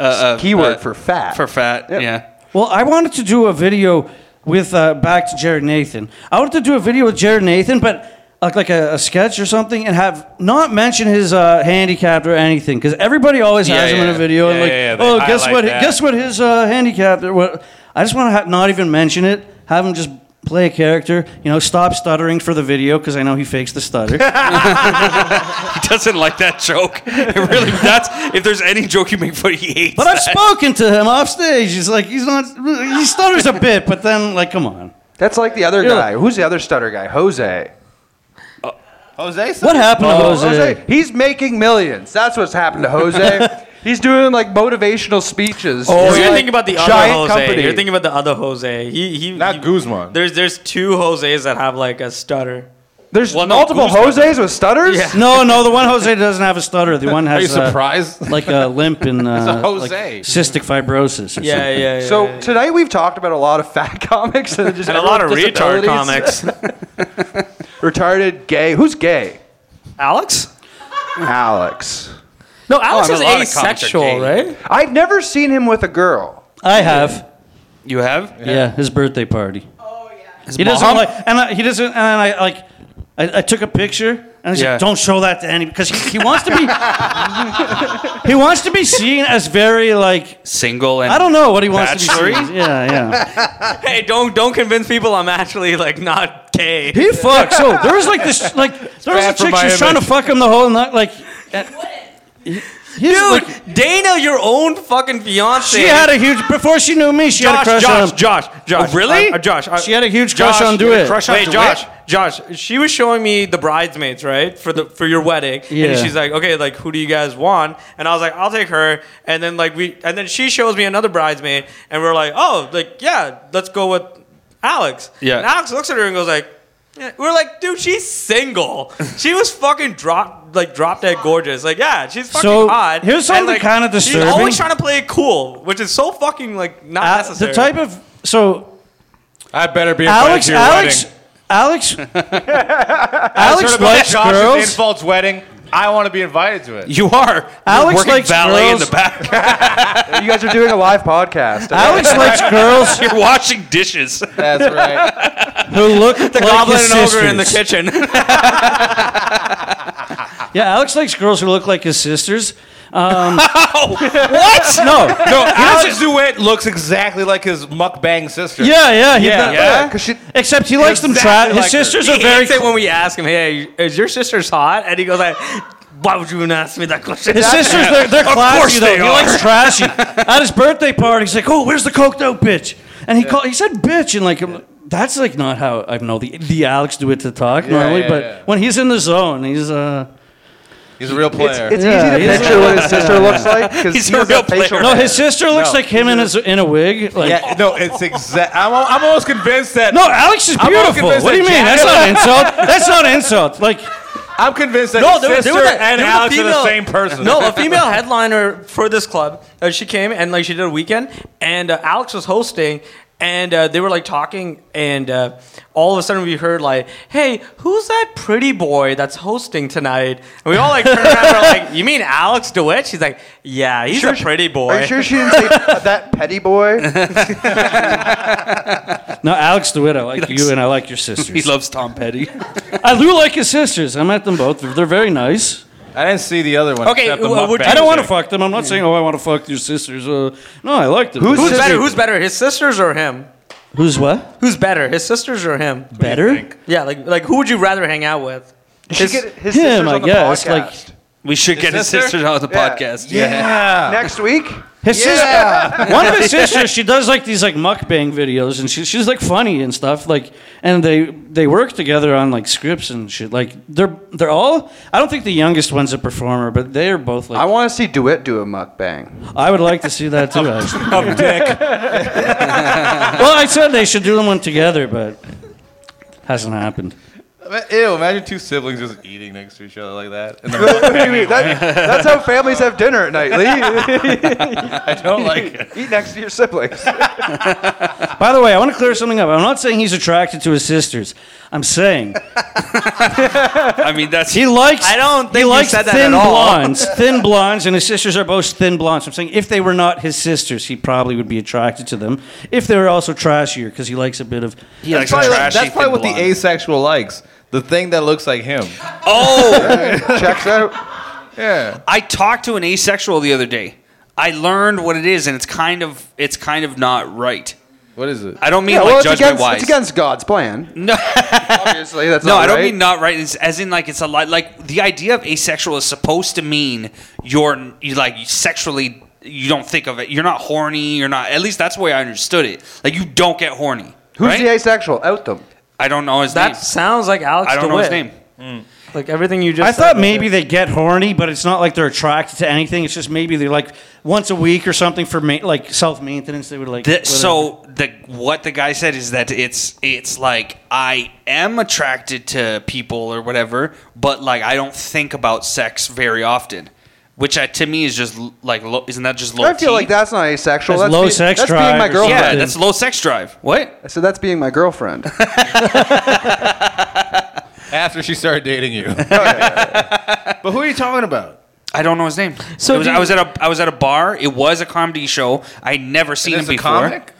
S3: Uh, uh,
S5: keyword
S3: uh,
S5: for fat.
S3: for fat.
S5: Yep.
S3: Yeah.
S6: Well, I wanted to do a video with uh, back to Jared Nathan. I wanted to do a video with Jared Nathan, but like, like a, a sketch or something, and have not mention his uh, handicap or anything, because everybody always
S3: Yeah,
S6: has him in
S3: yeah.
S6: a video and
S4: Yeah,
S6: like,
S4: yeah, yeah, they
S6: oh, guess
S4: highlight
S6: what?
S4: that.
S6: Guess what? His uh, handicap. Or what? I just want to ha- not even mention it. Have him just play a character. You know, stop stuttering for the video because I know he fakes the stutter.
S3: He doesn't like that joke. It really that's if there's any joke you make fun, of, he hates.
S6: But I've
S3: that.
S6: spoken to him off stage. He's like, he's not. He stutters a bit, but then like, come on.
S5: That's like the other
S6: Yeah.
S5: guy. Who's the other stutter guy? Jose.
S4: Jose. said-
S6: What happened to Jose?
S5: Jose. He's making millions. That's what's happened to Jose. He's doing like motivational speeches.
S7: Oh,
S5: for,
S7: you're
S5: like,
S7: thinking about the other
S5: giant
S7: Jose.
S5: company.
S7: You're thinking about the other Jose. He he.
S4: Not
S7: he-
S4: Guzman.
S7: There's there's two Jose's that have like a stutter.
S5: There's
S7: Well, no,
S5: multiple
S7: Guzman.
S5: Jose's with stutters.
S7: Yeah.
S6: No, no, the one Jose doesn't have a stutter. The one
S4: Are you
S6: has uh,
S4: surprised?
S6: like a limp and uh,
S4: It's a
S6: like
S4: Jose.
S6: cystic fibrosis. Or
S7: Yeah,
S6: something.
S7: yeah. yeah
S5: So
S7: yeah.
S5: tonight we've talked about a lot of fat comics and, just
S7: and a lot of
S5: everyone's
S7: retard
S5: disabilities.
S7: comics.
S5: retarded, gay. Who's gay?
S7: Alex?
S5: Alex.
S7: No, Alex
S3: Oh, I mean,
S7: is
S3: a lot of comics are gay.
S7: asexual, right?
S5: I've never seen him with a girl.
S6: I have.
S3: You have?
S6: Yeah, his birthday party.
S3: His
S6: He doesn't
S3: mom?
S6: like, and I, he doesn't. And I like, I, I took a picture. And I said,
S3: Yeah.
S6: "Don't show that to any because he, he wants to be, he wants to be seen as very like
S3: single and
S6: I don't know what he wants to
S3: Bachelor-y?
S6: be seen. as. Yeah, yeah.
S7: Hey, don't don't convince people I'm actually like not gay.
S6: He fucks. So there was like this, like there was a
S4: bad for
S6: chick
S4: my
S6: she was trying to
S4: image.
S6: fuck him the whole night. Like, and- he's
S7: Dude,
S6: like-
S7: Dana, your own fucking fiance.
S6: she had a huge before she knew me. She had
S7: Josh,
S6: a crush
S7: Josh,
S6: on him.
S7: Josh, Josh.
S3: Oh, really?
S7: Uh, uh, Josh. uh,
S6: She had a huge crush on
S7: you had a
S6: Dewitt.
S7: Crush on
S3: Wait,
S7: Dewitt?
S3: Josh.
S7: Josh. She was showing me the bridesmaids, right, for the for your wedding,
S6: Yeah.
S7: and she's like, okay, like who do you guys want? And I was like, I'll take her. And then like we, and then she shows me another bridesmaid, and we're like, oh, like yeah, let's go with Alex.
S3: Yeah.
S7: And Alex looks at her and goes like. yeah. We're like, dude, she's single. She was fucking drop, like drop dead gorgeous. Like, yeah, she's fucking
S6: So,
S7: hot.
S6: here's
S7: And,
S6: something
S7: like,
S6: kinda
S7: She's
S6: disturbing.
S7: always trying to play it cool, which is so fucking like not
S6: Uh,
S7: necessary.
S6: the type of so
S4: I better be invited
S6: Alex,
S4: to your
S6: Alex,
S4: wedding.
S6: Alex,
S4: Heard
S6: Alex
S4: about
S6: likes
S4: Josh
S6: girls.
S4: Infault's wedding. I want to be invited to it.
S3: You are.
S6: Alex
S3: Working
S6: likes
S3: valet
S6: girls.
S3: in the back.
S5: You guys are doing a live podcast.
S6: Alex likes girls
S3: You're washing dishes.
S4: That's right.
S6: who look the like
S7: goblin
S6: his
S7: and ogre in the kitchen.
S6: sisters. Yeah, Alex likes girls who look like his sisters. Um, what? No, no.
S4: Alex Duet looks exactly like his mukbang sister.
S6: Yeah, yeah, he-
S7: Yeah,
S4: yeah.
S5: Cause she,
S6: Except he likes them. Tra-
S4: Exactly
S6: his
S4: like her.
S6: sisters are
S7: he
S6: very.
S7: hates it when we ask him, "Hey, is your sister's hot?" And he goes like, "Why would you even ask me that question?"
S6: His sisters, they're, they're
S3: course
S6: classy though.
S3: they
S6: He
S3: are.
S6: likes trashy. At his birthday party, he's like, "Oh, where's the coked out bitch?" And he called. He said, "Bitch," and like, I'm like, that's like not how I know the the Alex do it to talk normally.
S4: yeah,
S6: but
S4: yeah.
S6: when he's in the zone, he's uh.
S4: He's a real player.
S5: it's
S6: Yeah,
S5: easy to
S6: he's-
S5: picture what his sister looks like because
S3: He's
S5: he
S3: a
S5: has
S3: real
S5: that facial.
S3: player.
S6: No, his sister looks like him in his in a wig. Like,
S4: yeah, no, it's exact. I'm, al- I'm almost convinced that.
S6: no, Alex is
S4: I'm not
S6: beautiful.
S4: convinced
S6: What do you
S4: that
S6: mean?
S4: Jack-
S6: That's not insult. That's not insult. Like,
S4: I'm convinced that
S7: No,
S4: his
S7: there was-
S4: sister
S7: there was a-
S4: and
S7: there was a
S4: Alex are the
S7: female-
S4: same person.
S7: No, a female headliner for this club. Uh, she came and like she did a weekend, and uh, Alex was hosting, and uh, they were like talking, and uh, all of a sudden we heard like, "Hey, who's that pretty boy that's hosting tonight?" And we all like turned around, and we're like, "You mean Alex DeWitt?" She's like, "Yeah, he's a pretty boy."
S5: Are you sure she didn't say that petty boy?
S6: no, Alex DeWitt, I like
S3: likes-
S6: you and I like your sisters.
S3: He loves Tom Petty.
S6: I do like his sisters. I met them both. They're very nice.
S4: I didn't see the other one.
S7: Okay,
S4: except the
S7: well, would-
S4: mukbang
S6: I don't want to
S4: chick.
S6: fuck them. I'm not saying, oh, I want to fuck your sisters. Uh, no, I like them.
S5: Who's
S7: Who's
S5: Sister-
S7: better? Who's better? His sisters or him?
S6: Who's what?
S7: Who's better? His sisters or him?
S6: Better?
S7: Yeah, like like who would you rather hang out with?
S5: She
S7: His-
S5: get his
S6: him,
S5: sister's
S6: I
S5: on the
S6: guess, like-
S5: podcast
S3: We should get his
S4: sister?
S3: sister on the
S5: Yeah.
S3: podcast.
S4: Yeah.
S5: next week.
S6: His sister. One of his sisters, she does like these like mukbang videos, and she, she's like funny and stuff. Like, and they they work together on like scripts and shit. Like, they're they're all. I don't think the youngest one's a performer, but they are both like. I
S5: I want to see Duet do a mukbang.
S6: would like to see that too. Actually, well, I said they should do them one together, but hasn't happened.
S4: Oh, Ew, imagine two siblings just eating next to each other like that. And
S5: What do you mean? That- that's how families have dinner at night. Lee,
S4: I don't like it.
S5: eat next to your siblings.
S6: By the way, I want to clear something up. I'm not saying he's attracted to his sisters. I'm saying
S3: I mean, that's
S6: He likes.
S7: I don't think
S6: he
S7: you
S6: likes
S7: said that at
S6: thin
S7: all.
S6: blondes. Thin blondes, and his sisters are both thin blondes. I'm saying if they were not his sisters, he probably would be attracted to them. If they were also trashier, because he likes a bit of.
S3: he likes
S4: Probably like-
S3: trashy
S4: that's probably
S3: thin
S4: what the
S3: blonde.
S4: asexual likes. The thing that looks like him.
S3: Oh,
S5: Checks out.
S4: Yeah.
S3: I talked to an asexual the other day. I learned what it is, and it's kind of it's kind of not right.
S4: What is it?
S3: I don't mean
S5: Yeah,
S3: like
S5: well, it's
S3: judgment
S5: against,
S3: wise.
S5: it's against God's plan.
S3: No.
S5: Obviously, that's
S3: no,
S5: not
S3: I don't
S5: right.
S3: mean not right. It's, as in, like it's a lot. Like the idea of asexual is supposed to mean you're you like sexually. You don't think of it. You're not horny. You're not. At least that's the way I understood it. Like you don't get horny.
S5: Who's
S3: right?
S5: the asexual? Out them.
S3: I don't know his
S7: That
S3: name.
S7: sounds like Alex
S3: I don't know his
S7: DeWitt.
S3: name.
S7: Like everything you just
S6: I
S7: said
S6: thought
S7: right
S6: maybe
S7: there.
S6: they get horny, but it's not like they're attracted to anything. It's just maybe they're like once a week or something for ma- like self maintenance. They would like
S3: The,
S6: whatever.
S3: so the what the guy said is that it's it's like I am attracted to people or whatever, but like I don't think about sex very often, which I, to me is just l- like low, isn't that just low?
S5: I feel
S3: T?
S5: like that's not asexual.
S6: That's
S5: That's,
S6: low
S5: be-
S6: sex
S5: that's
S6: drive
S5: being my
S6: or
S5: girlfriend.
S3: yeah, that's low sex drive. What?
S5: So that's being my girlfriend.
S4: After she started dating you. Oh, but who are you talking about?
S3: I don't know his name.
S7: So
S3: It was,
S7: do
S3: I
S7: you-
S3: was at a I was at a bar. It was a comedy show. I'd never seen him
S4: There's a
S3: before.
S4: comic?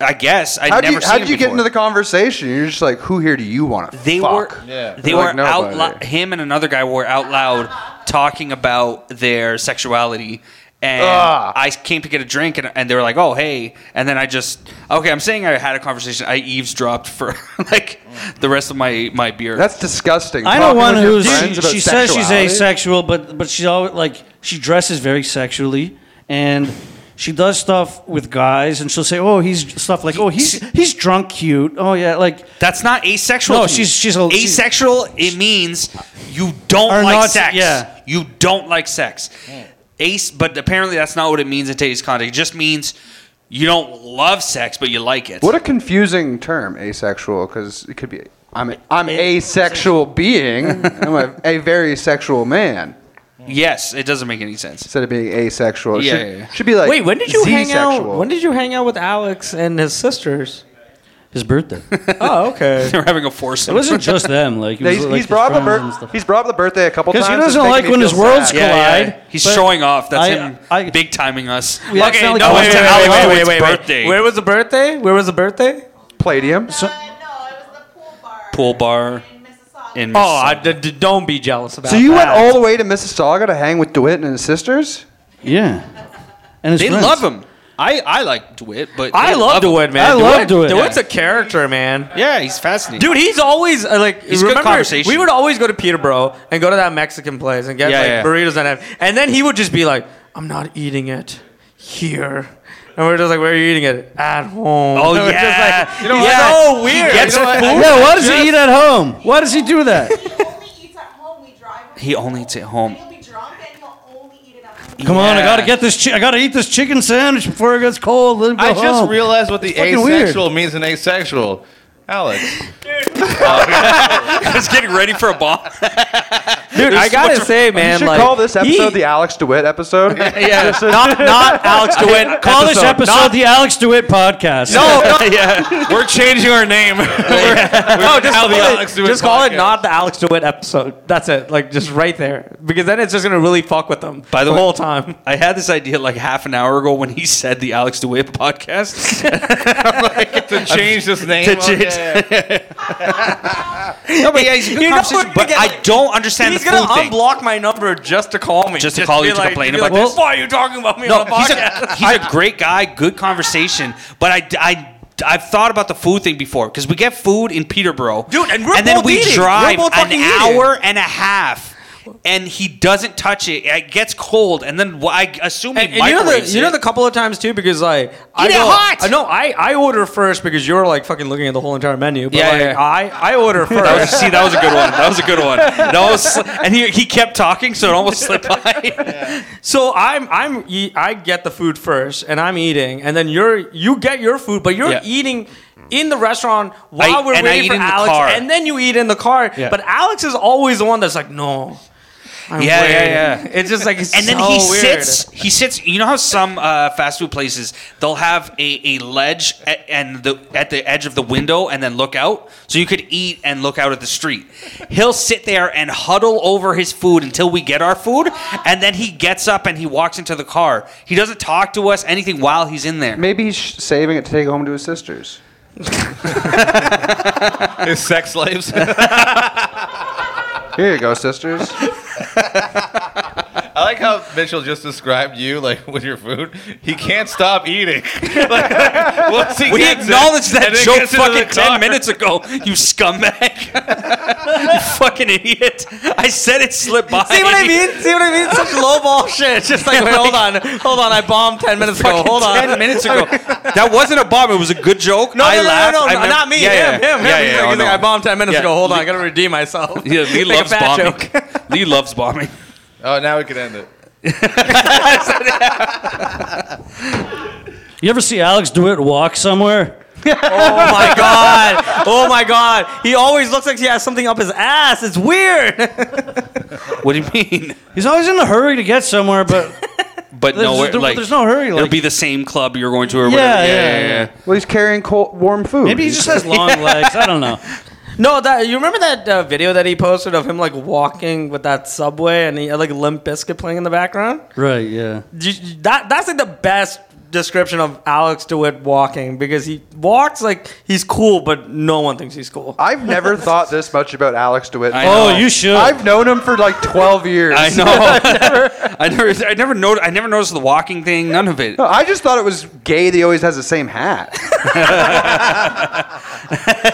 S3: I guess I'd
S5: How'd
S3: never
S5: you,
S3: seen
S5: how'd
S3: him
S5: you get
S3: before.
S5: into the conversation? You're just like, who here do you want to
S3: they
S5: fuck?
S3: were
S4: Yeah.
S3: they
S5: They're
S3: were
S5: like, "No,
S3: out
S5: buddy."
S3: lou- him and another guy were out loud talking about their sexuality and
S5: Ugh.
S3: I came to get a drink and, and they were like oh hey and then I just okay I'm saying I had a conversation I eavesdropped for like the rest of my my beer
S5: That's disgusting.
S6: I know
S5: Talking
S6: one
S5: with your
S6: who's
S5: friends
S6: she,
S5: about
S6: she says she's
S5: sexuality?
S6: asexual, but but she's always like she dresses very sexually and. She does stuff with guys, and she'll say, "Oh, he's stuff like, oh, he's he's drunk cute. Oh yeah, like
S3: that's not asexual
S6: No,
S3: to me.
S6: she's- she's a- she's-
S3: asexual it means you don't
S6: Are
S3: like
S6: not-
S3: sex
S6: yeah.
S3: you don't like sex ace but apparently that's not what it means in today's context it just means you don't love sex but you like it
S5: What a confusing term, asexual, because it could be. I'm a, I'm asexual being. I'm a, a very sexual man.
S3: yes it doesn't make any sense
S5: Instead of being asexual, it
S3: Yeah,
S5: should,
S3: yeah, yeah.
S5: should be like.
S7: Wait, when did you hang out?
S5: zsexual.
S7: When did you hang out with Alex and his sisters?
S6: his birthday.
S7: Oh, okay.
S3: They're having a
S6: It
S3: foursome.
S6: wasn't just them. Like, it
S5: Yeah,
S6: was,
S5: he's,
S6: like,
S5: he's
S6: his
S5: brought up a
S6: friends
S5: bir-
S6: and stuff.
S5: he's brought up the birthday a couple times.
S6: Because he
S5: It's
S6: doesn't
S5: making
S6: like
S5: me
S6: when
S5: feel
S6: his worlds
S5: sad.
S6: collide.
S3: He's
S6: but-
S3: showing off. That's
S6: I-
S3: him
S6: I-
S3: big timing us.
S6: We
S3: okay,
S6: accidentally-
S3: no
S6: Oh,
S3: one's
S6: wait, wait,
S3: telling
S6: wait,
S3: Alex
S6: wait,
S3: it's
S6: wait, wait.
S3: birthday.
S7: Where was the birthday? Where was the birthday?
S5: Palladium.
S6: So-
S3: pool bar in
S7: Oh, I d- d- don't be jealous about.
S5: So you went
S7: that.
S5: all the way to Mississauga to hang with DeWitt and his sisters?
S6: yeah, and his
S3: They
S6: friends.
S3: love him. I, I like DeWitt, but
S7: I
S3: they
S7: love DeWitt, man.
S6: I love DeWitt.
S7: DeWitt's a character, man.
S3: Yeah, he's fascinating.
S7: Dude, he's always uh, like.
S3: He's a good
S7: remember,
S3: conversation.
S7: We would always go to Peterborough and go to that Mexican place and get
S3: Yeah,
S7: like
S3: yeah.
S7: burritos and everything. And then he would just be like, "I'm not eating it here." And we're just like, "Where are you eating it?" At home.
S3: Oh
S7: We're just
S3: yeah,
S7: like,
S3: you know
S7: yeah.
S3: So weird. He gets the food.
S6: Yeah, why does he eat at home? Why does he do that?
S3: He only eats at home.
S6: Come on, I
S3: Yeah.
S6: gotta get this. Chi- I gotta eat this chicken sandwich before it gets cold. Let me go
S4: I just
S6: home.
S4: realized what the
S6: fucking weird.
S4: asexual means in asexual. Alex.
S3: I was getting ready for a bomb.
S7: Dude, I gotta say, man,
S5: you should
S7: like
S5: call this episode
S7: he-
S5: the Alex DeWitt episode.
S7: yeah, not not Alex DeWitt.
S6: Call this episode
S7: Not-
S6: the Alex DeWitt podcast.
S7: no, no,
S3: We're changing our name.
S7: no, just call,
S3: the
S7: it,
S3: Alex DeWitt
S7: just call it
S3: podcast.
S7: not the Alex DeWitt episode. That's it. Like just right there, because then it's just gonna really fuck with them
S3: By the way-
S7: whole time.
S3: I had this idea like half an hour ago when he said the Alex DeWitt podcast.
S4: to change this name.
S3: To change- no, but yeah, he's a good
S7: You know
S3: conversation.
S7: we're
S3: But
S7: gonna get-
S3: I don't understand
S7: He's
S3: the
S7: gonna
S3: food thing.
S7: unblock my number just to call me,
S3: Just to call
S7: be
S3: you to complain
S7: be
S3: about
S7: like,
S3: this?
S7: Why are you talking about me on the
S3: he's
S7: podcast?
S3: a, he's a great guy, good conversation. But I, I, I've thought about the food thing before because we get food in Peterborough,
S7: Dude, and we're
S3: then
S7: both
S3: we
S7: eating.
S3: drive
S7: We're both
S3: an
S7: fucking eating.
S3: hour and a half, and he doesn't touch it. It gets cold, and then wh- I assume he
S7: And, and you know the
S3: microwaves
S7: you know
S3: it.
S7: the couple of times too because like I
S3: Eat it
S7: go,
S3: hot!
S7: I know I I order first because you're like fucking looking at the whole entire menu. But
S3: Yeah,
S7: like,
S3: yeah.
S7: I I order
S3: That was,
S7: first.
S3: see, that was a good one. That was a good one. That was, and he, he kept talking, so it almost slipped by.
S7: so I'm I'm e- I get the food first and I'm eating and then you're you get your food but you're
S3: Yeah.
S7: eating. In the restaurant while
S3: I-
S7: we're
S3: and I
S7: waiting
S3: eat
S7: for
S3: in the
S7: Alex,
S3: car.
S7: and then you eat in the car.
S3: Yeah.
S7: But Alex is always the one that's like, "No, I'm
S3: Yeah, yeah,
S7: waiting."
S3: yeah.
S7: It's just like, it's
S3: and then
S7: so
S3: he
S7: weird.
S3: sits. He sits. You know how some uh, fast food places they'll have a, a ledge at, and the at the edge of the window, and then look out, so you could eat and look out at the street. He'll sit there and huddle over his food until we get our food, and then he gets up and he walks into the car. He doesn't talk to us anything while he's in there.
S5: Maybe he's sh- saving it to take home to his sisters.
S4: His sex slaves.
S5: Here you go, sisters.
S4: I I like how Mitchell just described you like with your food. He can't stop eating. Like, once he
S3: We
S4: gets it,
S3: acknowledged that
S4: and then
S3: joke
S4: gets into the
S3: fucking
S4: car.
S3: ten minutes ago. You scumbag! you fucking idiot! I said it slipped by.
S7: See what I mean? See what I mean? Such low ball shit. Just like, wait, hold on, hold on. I bombed ten minutes ago.
S3: Fucking
S7: Hold on.
S3: Ten minutes ago. that wasn't a bomb. It was a good joke.
S7: No,
S3: I
S7: no, no,
S3: laughed. I
S7: no, no,
S3: remember-
S7: not me.
S3: Yeah, yeah,
S7: him, him, him.
S3: yeah,
S7: He's
S3: yeah,
S7: like,
S3: oh,
S7: he's like,
S3: no.
S7: I bombed ten minutes
S3: Yeah.
S7: ago. Hold on, I gotta redeem myself.
S3: Yeah, Lee
S7: Make a
S3: loves
S7: bad
S3: bombing.
S7: joke.
S3: Lee loves bombing.
S4: Oh, now we can end it.
S6: You ever see Alex Dewitt walk somewhere?
S7: Oh my god! Oh my god! He always looks like he has something up his ass. It's weird.
S3: What do you mean?
S6: He's always in a hurry to get somewhere, but
S3: But
S6: there's,
S3: nowhere,
S6: there-
S3: like
S6: there's no hurry.
S3: it'll
S6: Like,
S3: be the same club you're going to or
S6: Yeah,
S3: whatever.
S6: yeah, yeah.
S5: Well, he's carrying cold, warm food.
S6: maybe he just has long legs. I don't know.
S7: No, that you remember that uh, video that he posted of him like walking with that subway and he had like Limp Bizkit playing in the background.
S6: Right? Yeah.
S7: You- you- that that's like the best description of Alex DeWitt walking because he walks like he's cool, but no one thinks he's cool.
S5: I've never thought this much about Alex DeWitt.
S3: I
S6: Oh,
S3: know.
S6: you should.
S5: I've known him for like 12 years.
S3: I know. I never, I never noticed. I never noticed the walking thing. None of it.
S5: No, I just thought it was gay that he always has the same hat.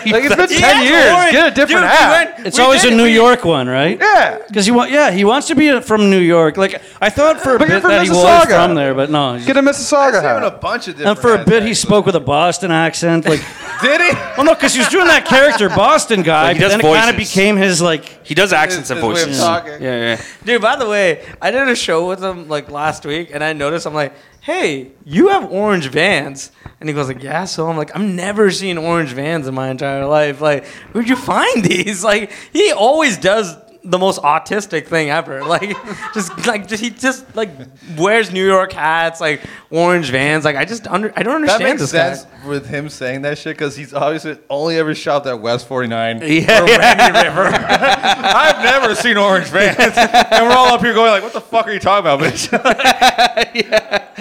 S5: like it's been
S3: He
S5: ten
S3: has
S5: years.
S3: orange.
S5: Get a different
S3: Dude, we
S5: hat.
S3: went-
S6: it's
S3: we
S6: always a
S3: did-
S6: New
S3: we-
S6: York one, right?
S5: yeah.
S6: Because he wants, yeah, he wants to be from New York. Like I thought for a
S5: But you're
S6: bit
S5: from
S6: that he was
S5: Mississauga.
S6: from there, but no. he's-
S5: Get a Mississauga
S4: Having a
S5: hat.
S4: bunch of different.
S6: and for a bit, he
S4: aspects.
S6: spoke with a Boston accent. Like,
S4: Did he?
S6: well, no, because he was doing that character Boston guy.
S3: Like, he
S6: but
S3: does
S6: then it kind of
S3: voices.
S6: became his like.
S3: He does accents and
S4: His- his way of
S5: Oh,
S3: voices. Yeah,
S4: talking.
S3: yeah.
S7: Dude, by the way, I did a show with him like last week, and I noticed I'm like, "Hey, you have orange Vans," and he goes like, "Yeah." So I'm like, "I've never seen orange Vans in my entire life. Like, where'd you find these?" Like, he always does the most autistic thing ever. Like, just like just, he just like wears New York hats, like orange Vans. Like, I just under I don't
S4: That
S7: understand
S4: makes
S7: this
S4: sense
S7: guy.
S4: with him saying that shit because he's obviously only ever shopped at West 49.
S3: Yeah,
S4: I've never seen orange vans, and we're all up here going like, "What the fuck are you talking about, bitch?"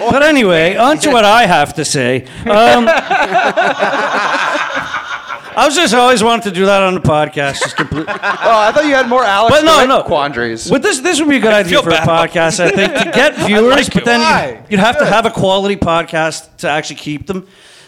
S6: But anyway, on to what I have to say. Um, I was just always wanted to do that on the podcast. Just complete.
S5: Oh, I thought you had more Alex
S6: But no,
S5: DeWitt
S6: no.
S5: quandaries.
S6: But this this would be a good idea
S3: feel
S6: for a
S3: bad about
S6: podcast, I think, to get viewers. but then
S4: Why?
S6: you'd, you'd have to have a quality podcast to actually keep them.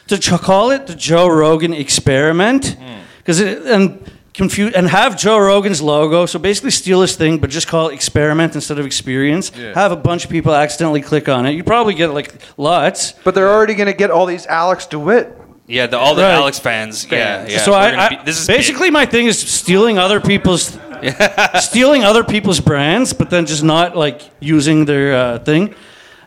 S6: To ch- call it the Joe Rogan experiment, because and confuse and have Joe Rogan's logo. So basically, steal his thing, but just call it experiment instead of experience. Have a bunch of people accidentally click on it. You probably get like lots.
S5: But they're already gonna get all these Alex DeWitt.
S3: yeah the, all the
S6: Right.
S3: Alex fans. Yeah, yeah.
S6: so
S3: We're
S6: I,
S3: gonna
S6: I
S3: be- this is big.
S6: basically my thing is stealing other people's stealing other people's brands, but then just not like using their uh, thing.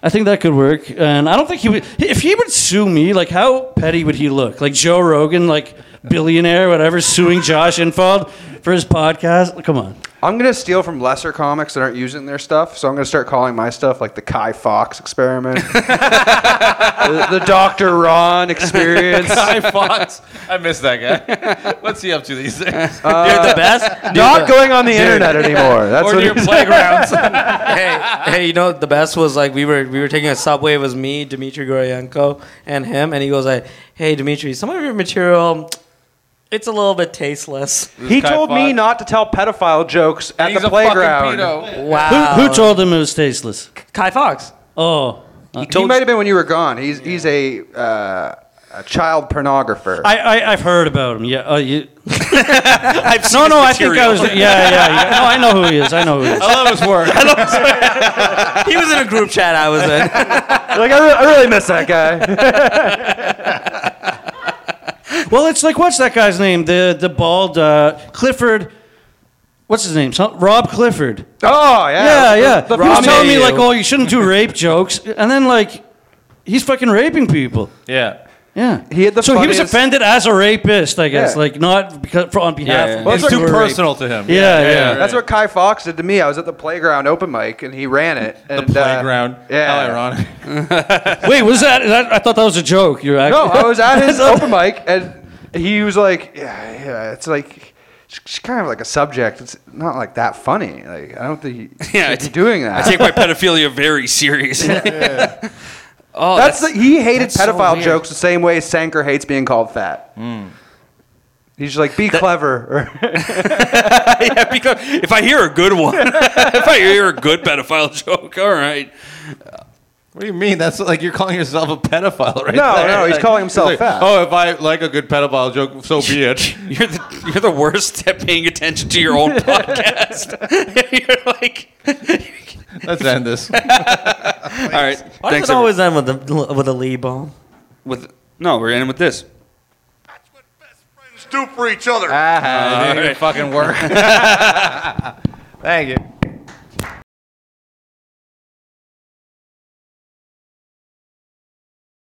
S6: I think that could work, and I don't think he would. If he would sue me, like how petty would he look? Like Joe Rogan, like billionaire, whatever, suing Josh Infeld for his podcast. Come on,
S5: I'm gonna steal from lesser comics that aren't using their stuff, so I'm gonna start calling my stuff like the Kai Fox experiment, the, the Doctor Ron experience.
S4: Ty Fox, I miss that guy. What's he up to these days?
S3: Uh,
S7: You're the best.
S5: Not going on the internet anymore. That's
S4: or
S5: what
S4: do your
S5: it is.
S4: playgrounds?
S7: hey, hey, you know the best was like we were we were taking a subway. It was me, Dmitry Goryenko, and him. And he goes like, "Hey, Dmitry, some of your material, it's a little bit tasteless."
S5: He
S4: Kai
S5: told me
S4: Fox.
S5: not to tell pedophile jokes at
S4: He's
S5: the
S4: a
S5: playground.
S4: fucking pedo.
S7: Wow.
S3: uh,
S6: who, who told him it was tasteless?
S7: Kai Fox?
S6: Oh, he
S5: He might have been when you were gone. He's he's a uh, a child pornographer.
S6: I, I I've heard about him. Yeah, uh, you. no, no, I think I was. Yeah, yeah, yeah. No, I know who he is. I know who he is.
S4: I love his work.
S7: He was in a group chat I was in.
S5: like I, re- I really miss that guy.
S6: Well, it's like what's that guy's name? The the bald uh, Clifford. What's his name? Some- Rob Clifford.
S5: oh yeah,
S6: Yeah, yeah. He was
S7: Rob
S6: telling me
S7: Mayo.
S6: like, oh, you shouldn't do rape jokes, and then like, he's fucking raping people.
S4: Yeah.
S6: Yeah.
S5: He had the
S6: so he was
S5: funniest-
S6: offended as a rapist, I guess.
S5: Yeah.
S6: Like not because for, on behalf.
S3: Yeah, yeah.
S6: of
S5: Well,
S4: It's
S5: like
S4: too
S5: rape.
S4: personal to him.
S6: Yeah, yeah.
S5: That's what Kai Fox did to me. I was at the playground open mic and he ran it.
S4: The
S5: And, uh,
S4: playground.
S5: yeah.
S4: How ironic.
S6: Wait, was that, that? I thought that was a joke. You're
S5: No,
S6: actually.
S5: I was at his open mic and he was like, yeah, yeah. It's like it's it's kind of like a subject. It's not like that funny. Like I don't think you
S3: Yeah,
S5: should
S3: I
S5: be
S3: t-
S5: doing that.
S3: I take my pedophilia very seriously. oh,
S5: that's,
S3: that's,
S5: the, he hated
S3: so
S5: pedophile
S3: weird.
S5: jokes the same way Sanker hates being called fat. He's just like, be clever. Or,
S3: yeah, because if I hear a good one, if I hear a good pedophile joke, all right.
S4: What do you mean? That's like you're calling yourself a pedophile, right?
S5: No,
S4: there.
S5: no, he's
S4: Like,
S5: calling himself
S4: like,
S5: fat.
S4: Oh, if I like a good pedophile joke, so be it.
S3: You're the you're the worst at paying attention to your own podcast. you're like,
S4: Let's end this.
S3: all right.
S7: Why
S3: thanks.
S7: does it always end with a with a lead bomb?
S3: everyone. with no, we're ending with this.
S4: do for each other. Ah, it didn't even fucking work. Thank you.